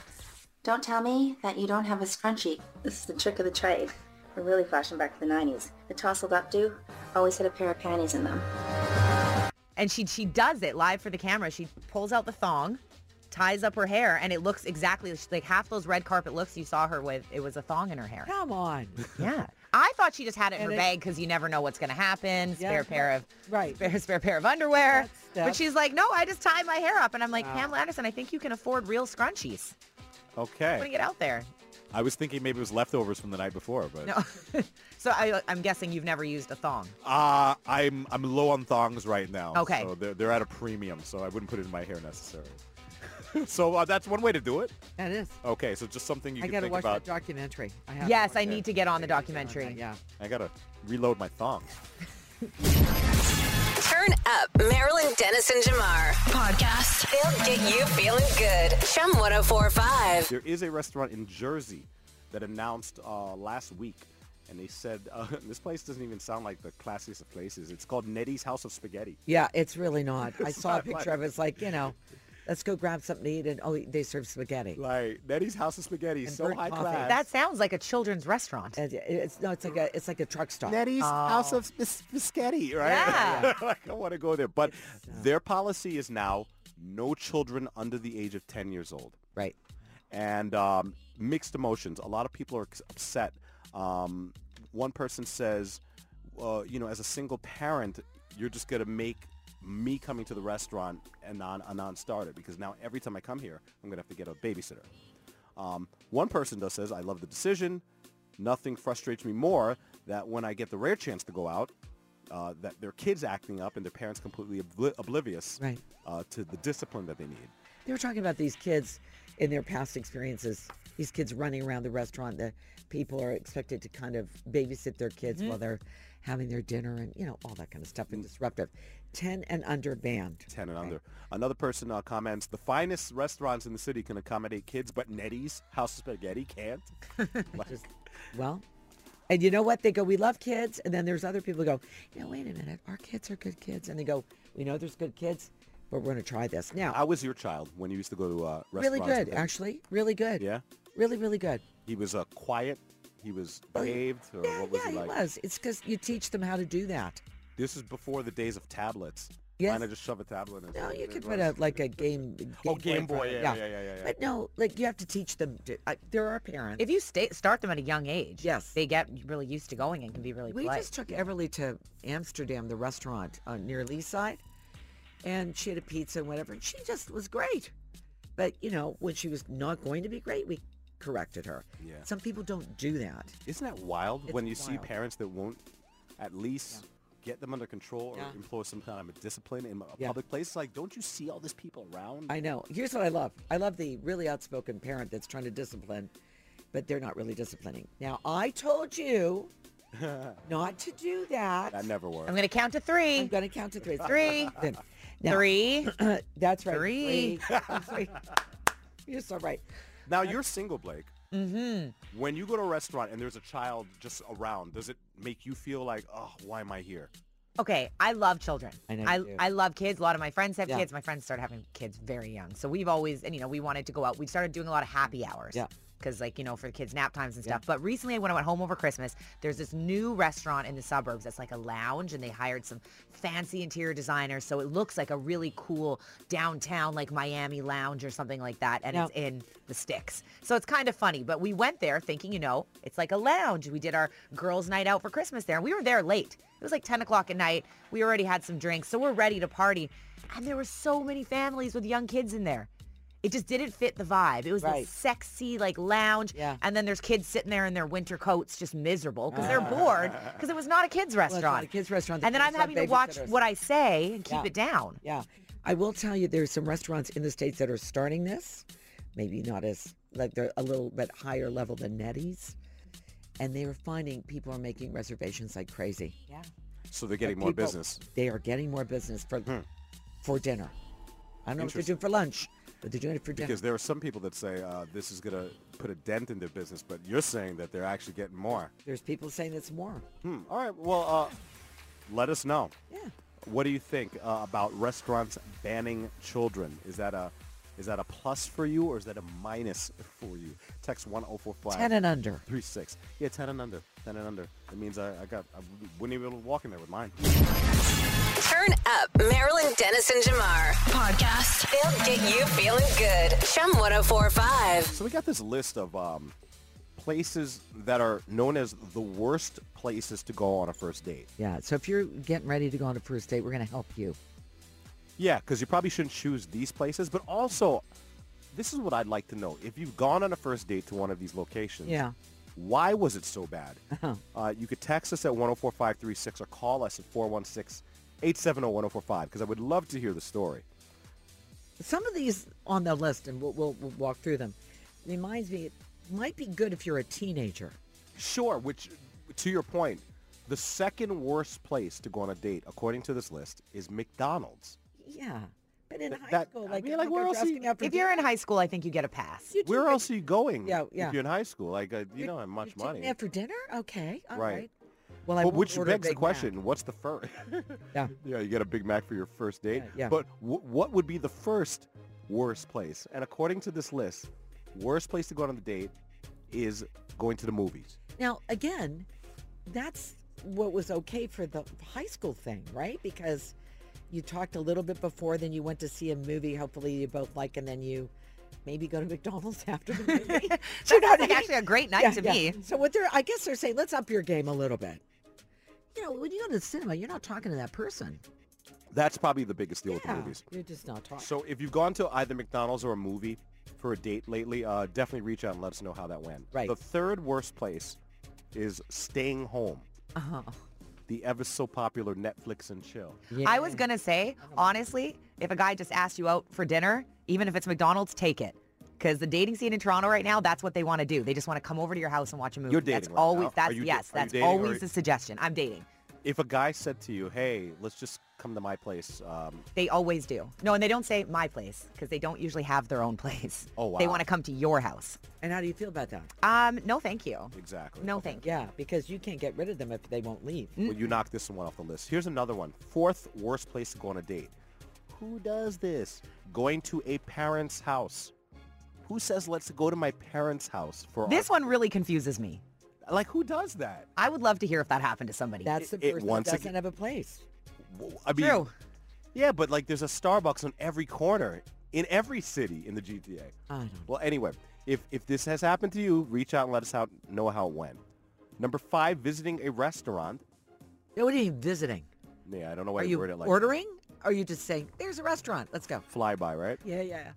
Speaker 10: Don't tell me that you don't have a scrunchie. This is the trick of the trade. We're really flashing back to the 90s. The tousled updo always had a pair of panties in them.
Speaker 4: and she she does it live for the camera. She pulls out the thong, ties up her hair, and it looks exactly like half those red carpet looks you saw her with. It was a thong in her hair.
Speaker 3: Come on.
Speaker 4: Yeah. I thought she just had it in
Speaker 3: And
Speaker 4: her
Speaker 3: it-
Speaker 4: bag because you never know what's going to happen.
Speaker 3: Yeah.
Speaker 4: Spare pair of
Speaker 3: Right.
Speaker 4: spare, spare pair of underwear.
Speaker 3: That's-
Speaker 4: But
Speaker 3: that's-
Speaker 4: she's like, no, I just tie my hair up, and I'm like, Pamela Anderson, I think you can afford real scrunchies. Putting
Speaker 2: okay.
Speaker 4: it out there.
Speaker 2: I was thinking maybe it was leftovers from the night before, but
Speaker 4: No. so I, I'm guessing you've never used a thong.
Speaker 2: uh, I'm I'm low on thongs right now.
Speaker 4: Okay.
Speaker 2: So they're, they're at a premium, so I wouldn't put it in my hair necessarily. so uh, that's one way to do it.
Speaker 3: That is.
Speaker 2: Okay, so just something you
Speaker 3: I
Speaker 2: can
Speaker 3: gotta
Speaker 2: think
Speaker 3: watch
Speaker 2: about.
Speaker 3: that documentary. I have to
Speaker 4: Yes,
Speaker 3: watch
Speaker 4: I
Speaker 3: it.
Speaker 4: need to get on the
Speaker 3: I need to get on that,
Speaker 4: documentary.
Speaker 3: Yeah.
Speaker 2: I gotta reload my thongs.
Speaker 1: Turn up Marilyn Dennis and Jamar. Podcast. They'll get you feeling good. Chum 1045.
Speaker 2: There is a restaurant in Jersey that announced uh, last week, and they said uh, this place doesn't even sound like the classiest of places. It's called Nettie's House of Spaghetti.
Speaker 3: Yeah, it's really not. I saw a
Speaker 2: not like-
Speaker 3: picture of it. It's like, you know, let's go grab something to eat and oh, they serve spaghetti.
Speaker 2: Like Nettie's House of Spaghetti, is
Speaker 3: And
Speaker 2: so
Speaker 3: burnt
Speaker 2: high
Speaker 3: coffee.
Speaker 2: class.
Speaker 4: That sounds like a children's restaurant.
Speaker 3: And it- it's no, it's like a it's like a truck stop.
Speaker 2: Nettie's House of Spis- Spaghetti, right?
Speaker 4: Yeah.
Speaker 2: like I want to go there, but their policy is now no children under the age of 10 years old.
Speaker 3: Right.
Speaker 2: and um, mixed emotions. A lot of people are c- upset. Um, one person says, uh, you know, as a single parent, you're just going to make me coming to the restaurant a, non, a non-starter because now every time I come here, I'm going to have to get a babysitter. Um, one person, though, says, I love the decision. Nothing frustrates me more that when I get the rare chance to go out, uh, that their kids acting up and their parents completely obli- oblivious
Speaker 3: Right.
Speaker 2: uh, to the discipline that they need.
Speaker 3: They were talking about these kids in their past experiences. These kids running around the restaurant. The people are expected to kind of babysit their kids
Speaker 2: Mm-hmm.
Speaker 3: while they're having their dinner and you know all that kind of stuff
Speaker 2: Mm.
Speaker 3: and disruptive. Ten and under banned.
Speaker 2: 10 and under. Another person uh, comments, the finest restaurants in the city can accommodate kids, but Nettie's House of Spaghetti can't. Like,
Speaker 3: Well, and you know what? They go, we love kids. And then there's other people who go, you know, wait a minute. Our kids are good kids. And they go, we know there's good kids, but we're going to try this. Now,
Speaker 2: I was your child when you used to go to uh, restaurants.
Speaker 3: really good,
Speaker 2: with him.
Speaker 3: actually. Really good.
Speaker 2: Yeah?
Speaker 3: Really, really good.
Speaker 2: He was uh, quiet. He was behaved. Or
Speaker 3: Oh, Yeah,
Speaker 2: what was
Speaker 3: yeah,
Speaker 2: he
Speaker 3: he
Speaker 2: like?
Speaker 3: was. It's because you teach them how to do that.
Speaker 2: This is before the days of tablets.
Speaker 3: Yes.
Speaker 2: Kind of just shove a tablet in.
Speaker 3: No, you could put a like a game. game
Speaker 2: Oh, Game
Speaker 3: for
Speaker 2: Boy,
Speaker 3: it.
Speaker 2: yeah, yeah, yeah, yeah, yeah.
Speaker 3: But no, like you have to teach them. To, I, there are parents.
Speaker 4: If you stay, start them at a young age,
Speaker 3: Yes.
Speaker 4: they get really used to going and can be really
Speaker 3: We
Speaker 4: polite.
Speaker 3: just took Everly to Amsterdam, the restaurant uh, near Lee Side, and she had a pizza and whatever, and she just was great. But you know, when she was not going to be great, we corrected her.
Speaker 2: Yeah.
Speaker 3: Some people don't do that.
Speaker 2: Isn't that wild when you see
Speaker 3: wild.
Speaker 2: parents that won't at least get them under control or
Speaker 3: Yeah.
Speaker 2: employ some kind of discipline in a
Speaker 3: Yeah.
Speaker 2: public place? Like, don't you see all these people around?
Speaker 3: I know. Here's what I love. I love the really outspoken parent that's trying to discipline, but they're not really disciplining. Now I told you not to do that.
Speaker 2: that never works.
Speaker 4: I'm going to count to
Speaker 3: I'm
Speaker 4: three,
Speaker 3: gonna count to three.
Speaker 4: Three.
Speaker 3: Then- now-
Speaker 4: three.
Speaker 3: That's right.
Speaker 4: Three.
Speaker 3: Three. You're so right.
Speaker 2: Now you're single, Blake. Mm-hmm. When you go to a restaurant and there's a child just around, does it make you feel like, oh, why am I here?
Speaker 4: Okay, I love children.
Speaker 3: I know you
Speaker 4: I,
Speaker 3: do.
Speaker 4: I love kids. A lot of my friends have
Speaker 3: Yeah.
Speaker 4: kids. My friends started having kids very young, so we've always and you know we wanted to go out. We started doing a lot of happy hours.
Speaker 3: Yeah.
Speaker 4: because like you know for the kids nap times and stuff but recently when i went home over christmas there's this new restaurant in the suburbs that's like a lounge and they hired some fancy interior designers so it looks like a really cool downtown like miami lounge or something like that and it's in the sticks so it's kind of funny but we went there thinking you know it's like a lounge we did our girls night out for christmas there and we were there late it was like 10 o'clock at night we already had some drinks so we're ready to party and there were so many families with young kids in there it just didn't fit the vibe. It was
Speaker 3: Right.
Speaker 4: this sexy, like lounge.
Speaker 3: Yeah.
Speaker 4: And then there's kids sitting there in their winter coats, just miserable because they're bored because it was not a kids'
Speaker 3: it's
Speaker 4: restaurant.
Speaker 3: not a kids' restaurant. The
Speaker 4: And then I'm
Speaker 3: kids have
Speaker 4: having to watch
Speaker 3: babysitters.
Speaker 4: what I say and keep
Speaker 3: Yeah.
Speaker 4: it down.
Speaker 3: Yeah. I will tell you there's some restaurants in the States that are starting this. Maybe not as like they're a little bit higher level than Nettie's. And they are finding people are making reservations like crazy.
Speaker 4: Yeah.
Speaker 2: So they're getting more
Speaker 3: People-
Speaker 2: business. Hmm.
Speaker 3: They are getting more business for for dinner. I don't know what they're doing for lunch, but they're doing it for dinner.
Speaker 2: Because there are some people that say uh, this is going to put a dent in their business, but you're saying that they're actually getting more.
Speaker 3: There's people saying it's more.
Speaker 2: Hmm. All right. Well, uh, let us know.
Speaker 3: Yeah.
Speaker 2: What do you think uh, about restaurants banning children? Is that a is that a plus for you or is that a minus for you? Text 1045.
Speaker 3: 10 and under.
Speaker 2: Three six. Yeah, 10 and under. 10 and under. That means I, I got, I wouldn't even be able to walk in there with mine.
Speaker 1: Turn up Marilyn Dennis and Jamar. Podcast. They'll get you feeling good. Chum 1045.
Speaker 2: So we got this list of um, places that are known as the worst places to go on a first date.
Speaker 3: Yeah. So if you're getting ready to go on a first date, we're going to help you.
Speaker 2: Yeah, because you probably shouldn't choose these places. But also, this is what I'd like to know. If you've gone on a first date to one of these locations,
Speaker 3: Yeah.
Speaker 2: why was it so bad? Uh, you could text us at 104536 or call us at 416-870-1045 because I would love to hear the story.
Speaker 3: some of these on the list, and we'll, we'll, we'll walk through them, reminds me, it might be good if you're a teenager.
Speaker 2: Sure, which, to your point, the second worst place to go on a date, according to this list, is McDonald's.
Speaker 3: Yeah. But in
Speaker 2: Th-
Speaker 3: high
Speaker 2: that-
Speaker 3: school,
Speaker 2: I
Speaker 3: like,
Speaker 2: mean,
Speaker 3: oh
Speaker 2: like,
Speaker 3: my
Speaker 2: where
Speaker 3: God,
Speaker 2: else
Speaker 3: asking
Speaker 2: you-
Speaker 3: out for
Speaker 4: If you're in
Speaker 3: dinner,
Speaker 4: high school, I think you get a pass.
Speaker 3: you
Speaker 2: Where
Speaker 3: take-
Speaker 2: else are you going
Speaker 3: Yeah, yeah.
Speaker 2: if you're in high school? Like, uh, you
Speaker 3: you're-
Speaker 2: don't have much
Speaker 3: you're taking
Speaker 2: money.
Speaker 3: that for dinner? Okay. all
Speaker 2: Right.
Speaker 3: right. Well, I
Speaker 2: Well,
Speaker 3: won't
Speaker 2: which
Speaker 3: order a
Speaker 2: begs the
Speaker 3: Big Mac.
Speaker 2: question, what's the first?
Speaker 3: Yeah.
Speaker 2: yeah, you get a Big Mac for your first date.
Speaker 3: yeah.
Speaker 2: But w- what would be the first worst place? And according to this list, worst place to go on a date is going to the movies.
Speaker 3: Now, again, that's what was okay for the high school thing, right? Because you talked a little bit before, then you went to see a movie, hopefully you both like, and then you maybe go to McDonald's after the movie. Do
Speaker 4: That's
Speaker 3: you know what I
Speaker 4: like
Speaker 3: mean?
Speaker 4: actually a great night
Speaker 3: Yeah,
Speaker 4: to
Speaker 3: yeah.
Speaker 4: me.
Speaker 3: So what they're, I guess they're saying, let's up your game a little bit. You know, when you go to the cinema, you're not talking to that person.
Speaker 2: That's probably the biggest deal with the
Speaker 3: Yeah,
Speaker 2: movies.
Speaker 3: you're just not talking.
Speaker 2: So if you've gone to either McDonald's or a movie for a date lately, uh, definitely reach out and let us know how that went.
Speaker 3: Right.
Speaker 2: The third worst place is staying home.
Speaker 4: Uh-huh.
Speaker 2: The ever so popular Netflix and chill.
Speaker 4: I was gonna say, honestly, if a guy just asks you out for dinner, even if it's McDonald's, take it. Because the dating scene in Toronto right now, that's what they want to do. They just want to come over to your house and watch a movie.
Speaker 2: You're
Speaker 4: that's
Speaker 2: dating right
Speaker 4: always
Speaker 2: now? Are
Speaker 4: that's
Speaker 2: you da-
Speaker 4: yes,
Speaker 2: are you
Speaker 4: that's
Speaker 2: dating or-
Speaker 4: always the suggestion. I'm dating.
Speaker 2: If a guy said to you, hey, let's just come to my place, um,
Speaker 4: They always do. No, and they don't say my place because they don't usually have their own place.
Speaker 2: Oh,
Speaker 4: They
Speaker 2: wow.
Speaker 4: want to come to your house.
Speaker 3: and how do you feel about that?
Speaker 4: Um, no, thank you.
Speaker 2: exactly.
Speaker 4: No, thank you.
Speaker 3: Yeah, because you can't get rid of them if they won't leave.
Speaker 2: Well, you knock this one off the list. Here's another one. Fourth worst place to go on a date. Who does this? Going to a parent's house. Who says let's go to my parents' house for our-"
Speaker 4: This one really confuses me.
Speaker 2: Like who does that?
Speaker 4: I would love to hear if that happened to somebody.
Speaker 3: That's the
Speaker 2: it-
Speaker 3: person
Speaker 2: once
Speaker 3: that
Speaker 2: again-
Speaker 3: doesn't have a place.
Speaker 2: W- I mean,
Speaker 4: true.
Speaker 2: yeah, but like there's a Starbucks on every corner in every city in the GTA.
Speaker 3: I don't know.
Speaker 2: Well, anyway, if if this has happened to you, reach out and let us out, know how it went. Number five, visiting a restaurant.
Speaker 3: Yeah, What are you visiting?
Speaker 2: Yeah, I don't know why
Speaker 3: are
Speaker 2: you,
Speaker 3: you
Speaker 2: word it like
Speaker 3: ordering? Or are you just saying, there's a restaurant, let's go?
Speaker 2: flyby, right?
Speaker 3: Yeah, yeah.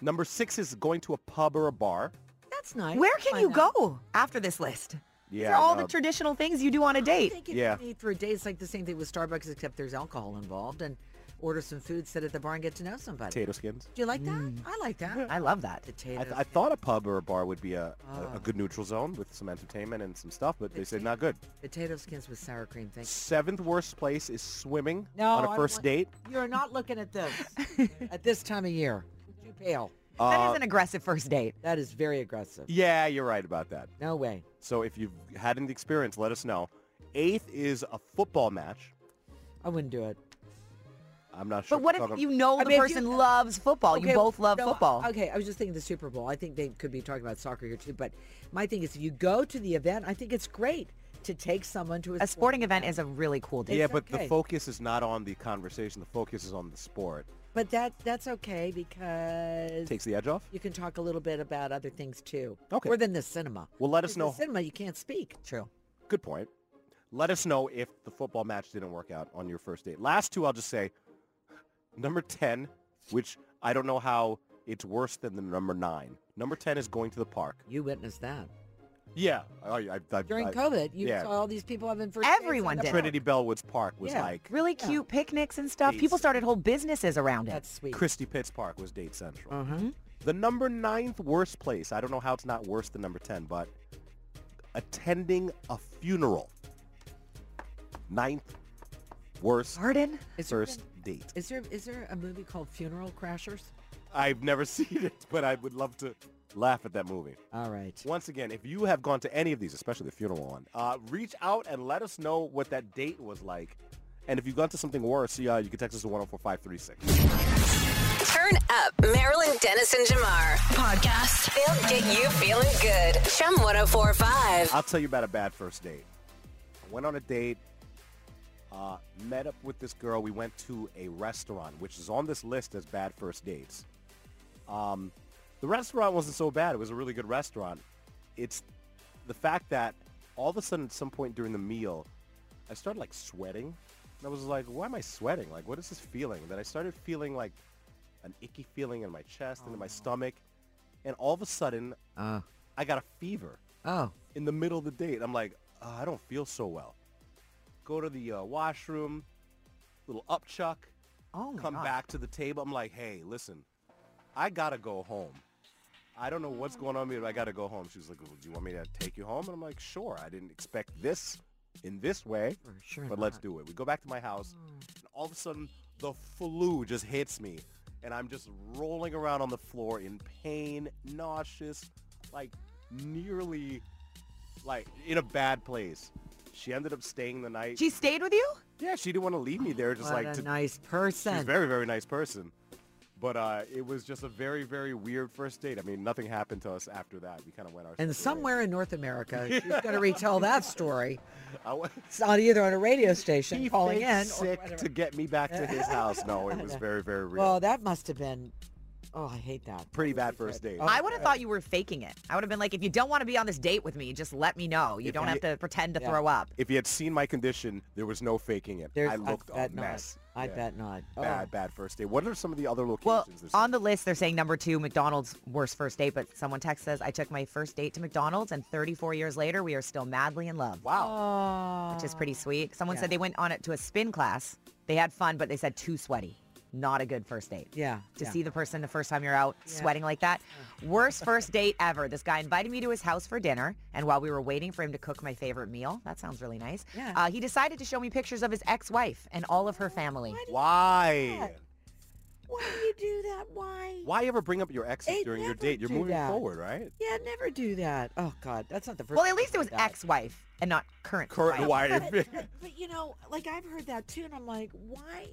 Speaker 2: Number six is going to a pub or a bar.
Speaker 3: That's nice.
Speaker 4: Where
Speaker 3: Let's
Speaker 4: can
Speaker 3: find
Speaker 4: you
Speaker 3: out.
Speaker 4: go after this list? These
Speaker 2: Yeah,
Speaker 4: are all
Speaker 2: no.
Speaker 4: the traditional things you do on a date.
Speaker 3: I think if
Speaker 2: Yeah.
Speaker 3: you meet for a day, it's like the same thing with Starbucks, except there's alcohol involved, and order some food, sit at the bar, and get to know somebody.
Speaker 2: Potato skins.
Speaker 3: Do you like that?
Speaker 4: Mm.
Speaker 3: I like that.
Speaker 4: I love that.
Speaker 2: I,
Speaker 3: Potatoes.
Speaker 2: th- I thought a pub or a bar would be a, a,
Speaker 3: Ah.
Speaker 2: a good neutral zone with some entertainment and some stuff, but they said not good.
Speaker 3: Potato skins with sour cream. Thank you.
Speaker 2: Seventh worst place is swimming on a first date.
Speaker 3: You're not looking at this at this time of year. Too pale.
Speaker 2: Uh,
Speaker 4: that is an aggressive first date.
Speaker 3: That is very aggressive.
Speaker 2: Yeah, you're right about that.
Speaker 3: No way.
Speaker 2: So if you've had an experience, let us know. Eighth is a football match.
Speaker 3: I wouldn't do it.
Speaker 2: I I'm not sure.
Speaker 4: But what
Speaker 2: you're
Speaker 4: if
Speaker 2: talking-
Speaker 4: you know
Speaker 3: I
Speaker 4: the
Speaker 3: mean, if you-
Speaker 4: person loves football? you both love
Speaker 3: no,
Speaker 4: football.
Speaker 3: Okay, I was just thinking the Super Bowl. I think they could be talking about soccer here too. But my thing is, if you go to the event, I think it's great to take someone to a,
Speaker 4: A sporting event is a really cool deal.
Speaker 2: Yeah,
Speaker 3: it's
Speaker 2: but
Speaker 3: okay.
Speaker 2: the focus is not on the conversation. The focus is on the sport.
Speaker 3: But that that's okay because
Speaker 2: Takes the edge off.
Speaker 3: you can talk a little bit about other things too.
Speaker 2: Okay.
Speaker 3: More than the cinema.
Speaker 2: Well, let us
Speaker 3: 'Cause the
Speaker 2: know.
Speaker 3: cinema, you can't speak.
Speaker 4: True.
Speaker 2: Good point. Let us know if the football match didn't work out on your first date. Last two, I'll just say, number 10, which I don't know how it's worse than the number nine. Number 10 is going to the park.
Speaker 3: You witnessed that
Speaker 2: Yeah. I, I, I,
Speaker 3: during
Speaker 2: I-
Speaker 3: COVID. You
Speaker 2: yeah.
Speaker 3: saw all these people having first. dates in
Speaker 4: Everyone
Speaker 3: the
Speaker 4: did.
Speaker 3: park.
Speaker 2: Trinity Bellwoods Park was
Speaker 3: Yeah.
Speaker 2: like,
Speaker 4: Really cute picnics and stuff. People
Speaker 2: Please.
Speaker 4: started whole businesses around it.
Speaker 3: That's sweet.
Speaker 2: Christie Pitts Park was date central.
Speaker 4: Mm-hmm.
Speaker 2: The number ninth worst place. I don't know how it's not worse than number 10, but attending a funeral. Ninth worst
Speaker 4: Pardon?
Speaker 3: Is there
Speaker 2: first date.
Speaker 3: Is there is there a movie called Funeral Crashers?
Speaker 2: I've never seen it, but I would love to laugh at that movie.
Speaker 3: All right.
Speaker 2: Once again, if you have gone to any of these, especially the funeral one, uh, reach out and let us know what that date was like. And if you've gone to something worse, yeah, you can text us to 104536.
Speaker 1: Turn up Marilyn Dennis and Jamar. Podcast. They'll get you feeling good. Chum 1045.
Speaker 2: I'll tell you about a bad first date. I went on a date, uh, met up with this girl. We went to a restaurant, which is on this list as bad first dates. Um, the restaurant wasn't so bad. It was a really good restaurant. It's the fact that all of a sudden at some point during the meal, I started like sweating. And I was like, why am I sweating? Like, what is this feeling? That I started feeling like an icky feeling in my chest and in my stomach. And all of a sudden,
Speaker 3: Uh,
Speaker 2: I got a fever
Speaker 3: oh,
Speaker 2: in the middle of the date. I'm like, uh, I don't feel so well. Go to the uh, washroom, little upchuck,
Speaker 4: Oh my
Speaker 2: come
Speaker 4: God.
Speaker 2: back to the table. I'm like, hey, listen, I gotta go home. I don't know what's going on with me, but I gotta go home. She was like, well, do you want me to take you home? And I'm like, sure. I didn't expect this in this way,
Speaker 3: for sure.
Speaker 2: but let's do it. We go back to my house, and all of a sudden, the flu just hits me, and I'm just rolling around on the floor in pain, nauseous, like nearly like in a bad place. She ended up staying the night.
Speaker 4: She stayed with you?
Speaker 2: yeah, she didn't want to leave me there. Just
Speaker 3: What
Speaker 2: like
Speaker 3: a
Speaker 2: to,
Speaker 3: nice
Speaker 2: she's
Speaker 3: person.
Speaker 2: a very very nice person, but uh, it was just a very very weird first date. I mean, nothing happened to us after that. We kind of went our separate
Speaker 3: and
Speaker 2: ways.
Speaker 3: somewhere in North America, she's going to retell that story.
Speaker 2: I wa-
Speaker 3: It's not either on a radio station
Speaker 2: he
Speaker 3: calling
Speaker 2: faked
Speaker 3: in or
Speaker 2: sick
Speaker 3: whatever.
Speaker 2: to get me back to his house. No, it was very very real.
Speaker 3: Well, that must have been. Oh, I hate that.
Speaker 2: pretty bad first date.
Speaker 4: I would have thought you were faking it. I would have been like, if you don't want to be on this date with me, just let me know. You
Speaker 2: If
Speaker 4: don't
Speaker 2: you-
Speaker 4: have to pretend to throw up.
Speaker 2: If you had seen my condition, there was no faking it.
Speaker 3: There's,
Speaker 2: I looked a
Speaker 3: bet
Speaker 2: mess.
Speaker 3: Not. I
Speaker 2: Yeah.
Speaker 3: bet not. Oh,
Speaker 2: Bad, bad first date. What are some of the other locations?
Speaker 4: Well,
Speaker 2: there's-
Speaker 4: on the list, they're saying number two, McDonald's worst first date, but someone text says, I took my first date to McDonald's and 34 years later, we are still madly in love,
Speaker 3: Oh.
Speaker 2: wow.
Speaker 4: which is pretty sweet. Someone said they went on it to a spin class. They had fun, but they said too sweaty. Not a good first date.
Speaker 3: Yeah,
Speaker 4: To
Speaker 3: yeah. Uh-huh.
Speaker 4: see the person the first time you're out sweating like that. Worst first date ever. This guy invited me to his house for dinner, and while we were waiting for him to cook my favorite meal, that sounds really nice,
Speaker 3: Yeah.
Speaker 4: uh, he decided to show me pictures of his ex-wife and all of her family.
Speaker 2: Why?
Speaker 3: Why do you do that? Why?
Speaker 2: Why ever bring up your exes
Speaker 3: They
Speaker 2: during your
Speaker 3: never
Speaker 2: date? You're
Speaker 3: do
Speaker 2: moving
Speaker 3: that.
Speaker 2: forward, right?
Speaker 3: Yeah, never do that. Oh God, that's not the first.
Speaker 4: Well, at
Speaker 3: time
Speaker 4: least it
Speaker 3: I've
Speaker 4: was
Speaker 3: heard that.
Speaker 4: ex-wife and not current
Speaker 2: Current
Speaker 4: wife.
Speaker 2: wife.
Speaker 3: But, but, you know, like I've heard that too, and I'm like, why?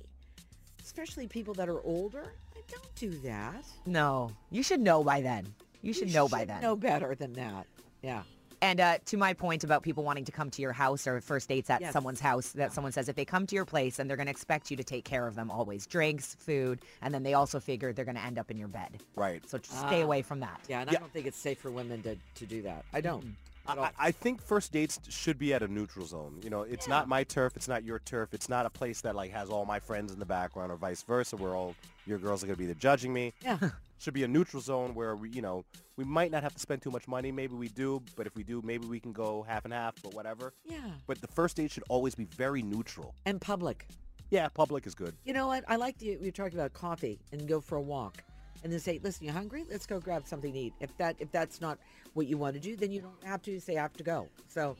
Speaker 3: Especially people that are older, like, don't do that.
Speaker 4: No, you should know by then. You should know by then.
Speaker 3: Know better than that. Yeah.
Speaker 4: And uh, to my point about people wanting to come to your house or first dates at
Speaker 3: Yes.
Speaker 4: someone's house, that someone says if they come to your place, then they're going to expect you to take care of them always, drinks, food, and then they also figure they're going to end up in your bed.
Speaker 2: Right.
Speaker 4: So just stay away from that.
Speaker 3: Ah. Yeah, and I don't think it's safe for women to, to do that. I don't.
Speaker 2: I, I- I think first dates should be at a neutral zone. You know, it's not my turf. It's not your turf. It's not a place that like has all my friends in the background or vice versa where all your girls are going to be there judging me.
Speaker 3: Yeah.
Speaker 2: Should be a neutral zone where we, you know, we might not have to spend too much money. Maybe we do, but if we do, maybe we can go half and half, but whatever.
Speaker 3: Yeah.
Speaker 2: But the first date should always be very neutral.
Speaker 3: And public.
Speaker 2: Yeah, public is good.
Speaker 3: You know what? I like the we talked about coffee and go for a walk. And then say, listen, you hungry? Let's go grab something to eat. If that if that's not what you want to do, then you don't have to say I have to go. So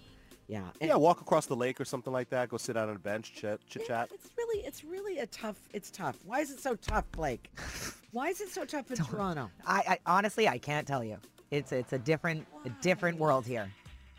Speaker 3: yeah. And
Speaker 2: yeah, walk across the lake or something like that. Go sit down on a bench, chit chit chat.
Speaker 3: It's really it's really a tough it's tough. Why is it so tough, Blake? Why is it so tough in Toronto?
Speaker 4: I, I honestly, I can't tell you. It's it's a different a different world here.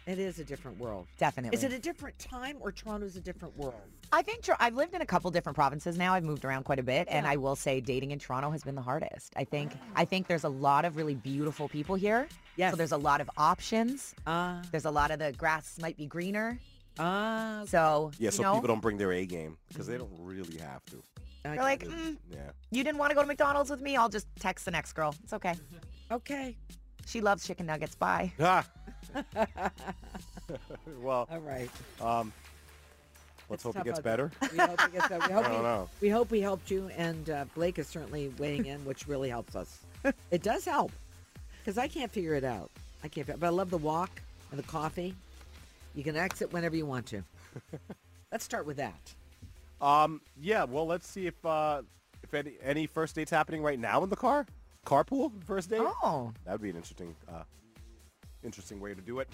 Speaker 3: It is a different world.
Speaker 4: Definitely.
Speaker 3: Is it a different time or Toronto's a different world?
Speaker 4: I think Tor- I've lived in a couple different provinces now. I've moved around quite a bit, and I will say dating in Toronto has been the hardest. I think I think there's a lot of really beautiful people here.
Speaker 3: Yes.
Speaker 4: So there's a lot of options.
Speaker 3: Ah,
Speaker 4: There's a lot of the grass might be greener.
Speaker 3: ah.
Speaker 4: So
Speaker 2: Yeah,
Speaker 4: you
Speaker 2: so
Speaker 4: know,
Speaker 2: people don't bring their A game because
Speaker 3: Mm-hmm.
Speaker 2: they don't really have to.
Speaker 4: they're like,
Speaker 2: They-
Speaker 4: mm,
Speaker 2: yeah.
Speaker 4: you didn't want to go to McDonald's with me. I'll just text the next girl. It's okay.
Speaker 3: Okay.
Speaker 4: She loves chicken nuggets. Bye.
Speaker 2: Ah. well,
Speaker 3: All right.
Speaker 2: let's
Speaker 3: It's
Speaker 2: hope it
Speaker 3: tough
Speaker 2: gets
Speaker 3: out there.
Speaker 2: better.
Speaker 3: We hope, it gets better. We, hope
Speaker 2: I don't
Speaker 3: we,
Speaker 2: know.
Speaker 3: we hope we helped you, and uh, Blake is certainly weighing in, which really helps us. It does help because I can't figure it out. I can't, fi- but I love the walk and the coffee. You can exit whenever you want to. Let's start with that.
Speaker 2: Um, yeah, well, let's see if uh, if any, any first dates happening right now in the car. Carpool first date.
Speaker 4: Oh,
Speaker 2: That would be an interesting, uh, interesting way to do it.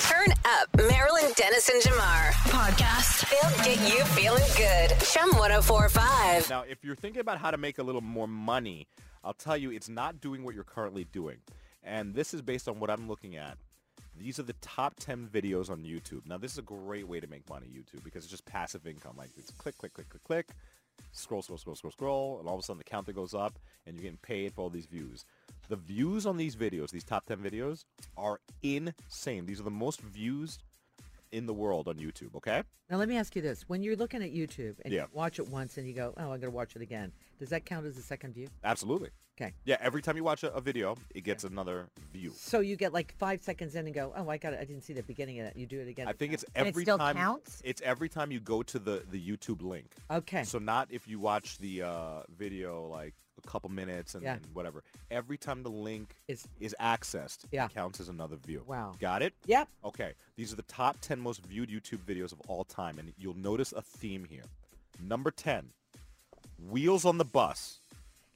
Speaker 1: Turn up Marilyn Dennis and Jamar. Podcast. They'll get you feeling good. Chum 1045.
Speaker 2: Now, if you're thinking about how to make a little more money, I'll tell you it's not doing what you're currently doing. And this is based on what I'm looking at. These are the top 10 videos on YouTube. Now, this is a great way to make money, YouTube, because it's just passive income. Like it's click, click, click, click, click, scroll, scroll, scroll, scroll, scroll, and all of a sudden the counter goes up and you're getting paid for all these views. The views on these videos, these top 10 videos, are insane. These are the most views in the world on YouTube, okay?
Speaker 3: Now, let me ask you this: When you're looking at YouTube and
Speaker 2: Yeah.
Speaker 3: you watch it once, and you go, "Oh, I'm going to watch it again," does that count as a second view?
Speaker 2: Absolutely.
Speaker 3: Okay.
Speaker 2: Yeah, every time you watch a, a video, it gets another view.
Speaker 3: So you get like five seconds in and go, "Oh, I got it. I didn't see the beginning of it." You do it again.
Speaker 2: I think it's
Speaker 4: And it
Speaker 2: every
Speaker 4: still
Speaker 2: time.
Speaker 4: counts?
Speaker 2: It's every time you go to the the YouTube link.
Speaker 3: okay.
Speaker 2: So not if you watch the uh, video like a couple minutes and,
Speaker 3: Yeah.
Speaker 2: and whatever. Every time the link
Speaker 3: Is-
Speaker 2: is accessed,
Speaker 3: Yeah.
Speaker 2: it counts as another view.
Speaker 3: Wow.
Speaker 2: Got it?
Speaker 3: Yep.
Speaker 2: Okay. These are the top 10 most viewed YouTube videos of all time and you'll notice a theme here. Number 10, Wheels on the Bus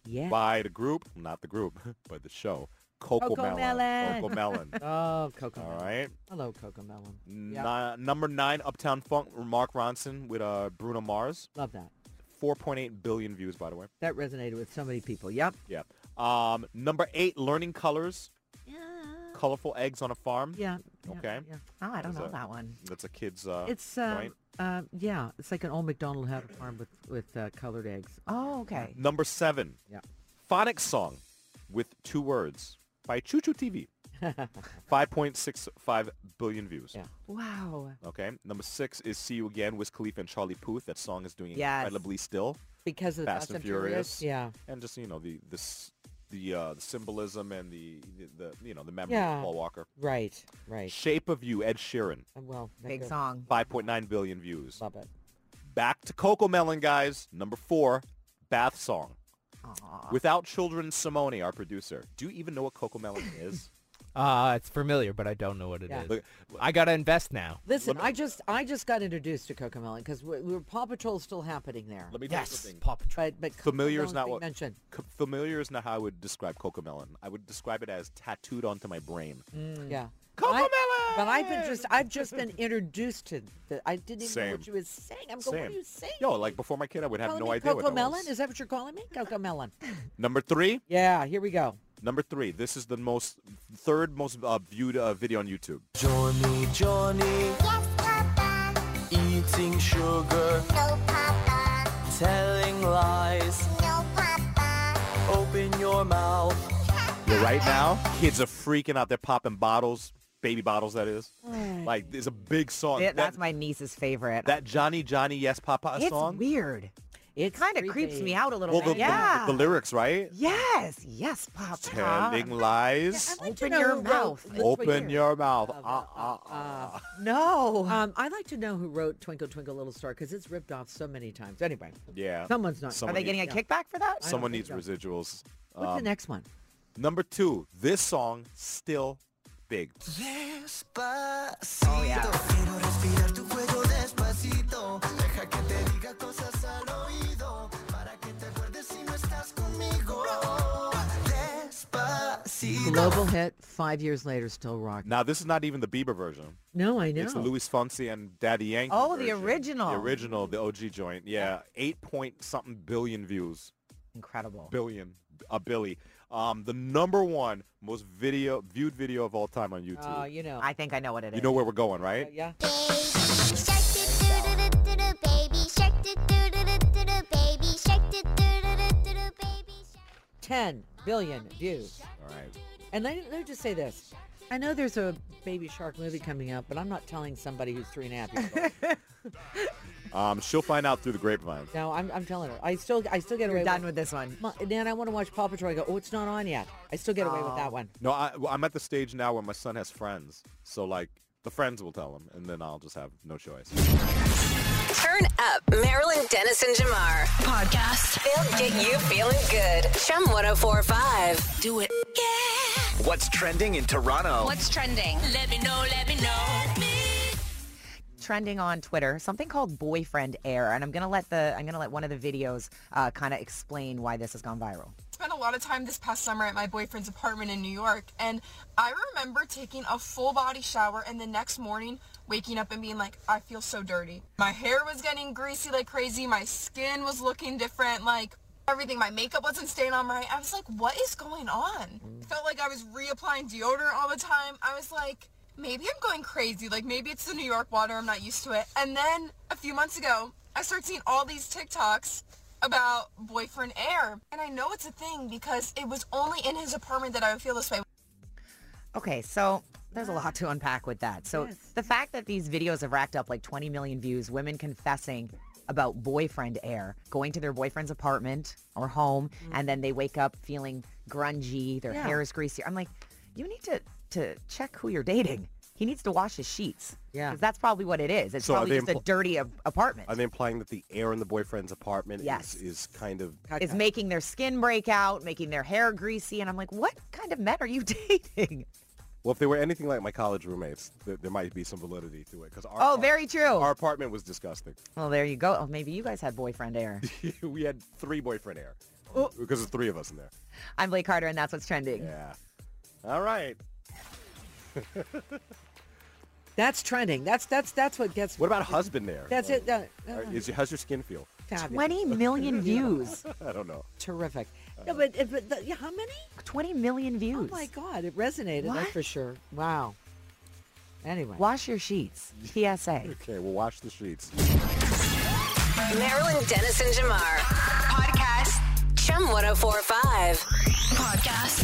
Speaker 3: Yeah.
Speaker 2: by the group, not the group, but the show, Coco,
Speaker 3: Coco Melon.
Speaker 2: Coco Melon.
Speaker 3: Oh, Coco.
Speaker 2: all
Speaker 3: Melon.
Speaker 2: right.
Speaker 3: Hello, Coco Melon.
Speaker 2: Ni-
Speaker 3: Yeah.
Speaker 2: number nine, Uptown Funk, Mark Ronson with uh, Bruno Mars.
Speaker 3: Love that.
Speaker 2: 4.8 billion views, by the way.
Speaker 3: That resonated with so many people. Yep.
Speaker 2: Yeah. Um, number eight, Learning Colors. Colorful Eggs on a Farm.
Speaker 3: Yeah. yeah,
Speaker 2: Okay.
Speaker 3: Yeah.
Speaker 4: oh, I don't
Speaker 2: Is
Speaker 4: know
Speaker 2: that-
Speaker 4: that one.
Speaker 2: That's a kid's uh,
Speaker 3: It's um,
Speaker 2: joint.
Speaker 3: uh, yeah. It's like an old McDonald had a farm with with uh, colored eggs.
Speaker 4: Oh, okay.
Speaker 2: Number seven,
Speaker 3: Yeah.
Speaker 2: Phonics Song with Two Words by Choo Choo TV. 5.65 billion views.
Speaker 3: Yeah.
Speaker 4: Wow.
Speaker 2: Okay. Number six is See You Again, Wiz Khalifa and Charlie Puth. That song is doing
Speaker 4: Yes.
Speaker 2: incredibly still.
Speaker 3: Because of the
Speaker 2: Fast and Furious.
Speaker 3: Yeah.
Speaker 2: and just you know the this the uh the symbolism and the the, the you know the memory
Speaker 3: Yeah.
Speaker 2: of Paul Walker.
Speaker 3: Right. Right.
Speaker 2: Shape of You, Ed Sheeran,
Speaker 3: Uh, Well, that
Speaker 4: Big
Speaker 3: goes-
Speaker 4: song.
Speaker 2: 5.9 billion views.
Speaker 3: Love it.
Speaker 2: Back to Coco Melon, guys. Number four, Bath Song. Without Children, Simone, our producer. Do you even know what Coco Melon is?
Speaker 8: Uh, it's familiar, but I don't know what it is.
Speaker 3: Yeah.
Speaker 2: Look,
Speaker 8: I gotta invest now.
Speaker 3: Listen, I just I just got introduced to Coco Melon because we, we were Paw Patrol still happening there.
Speaker 2: Let me tell you
Speaker 8: Yes,
Speaker 2: something.
Speaker 8: Paw Patrol.
Speaker 3: But but Coco
Speaker 2: Familiar is
Speaker 3: Melon's
Speaker 2: not
Speaker 3: being
Speaker 2: what
Speaker 3: mentioned.
Speaker 2: c- familiar is not how I would describe Coco Melon. I would describe it as tattooed onto my brain.
Speaker 3: Yeah.
Speaker 2: Coco
Speaker 3: I- But I've been
Speaker 2: Melon!
Speaker 3: just I've just been introduced to the I didn't even know
Speaker 2: Same.
Speaker 3: what you was saying. I'm going, what are you saying?
Speaker 2: Yo, like before my kid, I would have
Speaker 3: Calling
Speaker 2: no
Speaker 3: me
Speaker 2: idea
Speaker 3: Coco
Speaker 2: what that
Speaker 3: Melon?
Speaker 2: was.
Speaker 3: Is that what you're calling me? Coco Melon.
Speaker 2: Number three,
Speaker 3: Yeah, here we go.
Speaker 2: Number three, this is the most third most uh, viewed uh, video on YouTube.
Speaker 11: Johnny, Johnny. Yes, Papa. Eating sugar. No, Papa. Telling lies. No, Papa. Open your mouth.
Speaker 2: Yeah, right now, kids are freaking out. They're popping bottles, baby bottles, that is. Like, there's a big song.
Speaker 4: Th- that's
Speaker 2: that,
Speaker 4: my niece's favorite. Uh,
Speaker 2: that Johnny Johnny Yes Papa
Speaker 4: it's
Speaker 2: song.
Speaker 4: weird.
Speaker 3: It
Speaker 4: Kind of creeps me out a little
Speaker 2: Well, the,
Speaker 4: bit.
Speaker 2: the-
Speaker 4: yeah.
Speaker 2: the, lyrics, right?
Speaker 4: yes. Yes, Papa.
Speaker 2: Telling lies.
Speaker 4: like to Open know your who wrote- mouth. that's
Speaker 2: Open your mouth.
Speaker 4: Oh,
Speaker 2: Ah, ah,
Speaker 4: Uh,
Speaker 2: ah.
Speaker 4: No.
Speaker 3: Um, I'd like to know who wrote Twinkle Twinkle Little Star because it's ripped off so many times. Anyway,
Speaker 2: Yeah.
Speaker 3: someone's not.
Speaker 4: Are
Speaker 2: Someone
Speaker 4: they
Speaker 2: needs-
Speaker 4: getting a kickback for that?
Speaker 2: Someone
Speaker 3: think
Speaker 2: needs residuals.
Speaker 3: What's
Speaker 2: Um,
Speaker 3: the next one?
Speaker 2: Number two, this song, still big.
Speaker 11: Despacito.
Speaker 4: Oh, yeah.
Speaker 11: Quiero respirar tu cuello despacito. Deja que te diga cosas al oído. Para que te acuerdes si no estás conmigo. Despacito.
Speaker 3: Global hit. Five years later, still rock.
Speaker 2: Now, this is not even the Bieber version.
Speaker 3: No, I know.
Speaker 2: It's Louis Fonsi and Daddy Yankee.
Speaker 4: Oh, the
Speaker 2: version.
Speaker 4: original.
Speaker 2: The original, the OG joint. Yeah, eight point something billion views.
Speaker 4: Incredible.
Speaker 2: Billion, a billy. Um, the number one most video viewed video of all time on YouTube.
Speaker 3: Oh, you know.
Speaker 4: I think I know what it is.
Speaker 2: you know where we're going, right?
Speaker 3: yeah.
Speaker 11: Shake it, do, do, do,
Speaker 3: 10 billion views.
Speaker 2: All right.
Speaker 3: And let, let me just say this. I know there's a baby shark movie coming out, but I'm not telling somebody who's three and a half years old.
Speaker 2: Um, she'll find out through the grapevine.
Speaker 3: No, I'm, I'm telling her. I still I still get away.
Speaker 4: done
Speaker 3: with,
Speaker 4: with this one.
Speaker 3: Ma- Nan, I want to watch Paw Patrol. I go, oh, it's not on yet. I still get away with that one.
Speaker 2: No, I, well, I'm at the stage now where my son has friends. So, like, the friends will tell him, and then I'll just have no choice.
Speaker 1: Turn up Marilyn Dennis and Jamar. Podcast. They'll get you feeling good. Chum 1045. Do it.
Speaker 12: What's trending in Toronto?
Speaker 1: trending? Let me know, let me know.
Speaker 4: trending on Twitter, something called boyfriend air, and I'm gonna let the I'm gonna let one of the videos uh, kind of explain why this has gone viral.
Speaker 11: spent a lot of time this past summer at my boyfriend's apartment in New York, and I remember taking a full body shower and the next morning waking up and being like, I feel so dirty. My hair was getting greasy like crazy. My skin was looking different. Like everything, my makeup wasn't staying on right. I was like, what is going on? I felt like I was reapplying deodorant all the time. I was like, maybe I'm going crazy. Like maybe it's the New York water. I'm not used to it. And then a few months ago, I started seeing all these TikToks about boyfriend air. And I know it's a thing because it was only in his apartment that I would feel this way.
Speaker 4: Okay, so there's a lot to unpack with that. So the fact that these videos have racked up like 20 million views, women confessing about boyfriend air, going to their boyfriend's apartment or home, and then they wake up feeling grungy, their
Speaker 3: Mm-hmm. Yeah.
Speaker 4: hair is greasy. I'm like, you need to to check who you're dating. He needs to wash his sheets.
Speaker 3: Yeah.
Speaker 4: Because that's probably what it is. It's
Speaker 13: So are
Speaker 4: probably
Speaker 13: they
Speaker 4: just a
Speaker 13: impl-
Speaker 4: dirty a- apartment.
Speaker 13: Are they implying that the air in the boyfriend's apartment
Speaker 4: Yes.
Speaker 13: is, is kind of...
Speaker 4: is making their skin break out, making their hair greasy. And I'm like, what kind of men are you dating?
Speaker 13: Well, if they were anything like my college roommates, there, there might be some validity to it. Because
Speaker 4: Oh, very true.
Speaker 13: Our apartment was disgusting.
Speaker 4: Well, there you go. Oh, maybe you guys had boyfriend air.
Speaker 13: we had three boyfriend air.
Speaker 3: Oh.
Speaker 13: Because there's three of us in there.
Speaker 4: I'm Blake Carter, and that's what's trending.
Speaker 13: Yeah. All right.
Speaker 3: That's trending. That's that's that's what gets.
Speaker 13: What about husband air?
Speaker 3: That's it. Uh, uh,
Speaker 13: Or Is your, how's your skin feel?
Speaker 3: fabulous.
Speaker 4: 20 million views.
Speaker 13: I don't know.
Speaker 3: Terrific. No, but, it- but the, yeah, how many?
Speaker 4: 20 million
Speaker 3: Oh
Speaker 4: views.
Speaker 3: my God! It resonated.
Speaker 4: What?
Speaker 3: That's for sure. Wow. Anyway,
Speaker 4: Wash your sheets. PSA.
Speaker 13: Okay, we'll wash the sheets.
Speaker 1: Marilyn oh Dennis and Jamar. Podcast. Chum 1045. Podcast.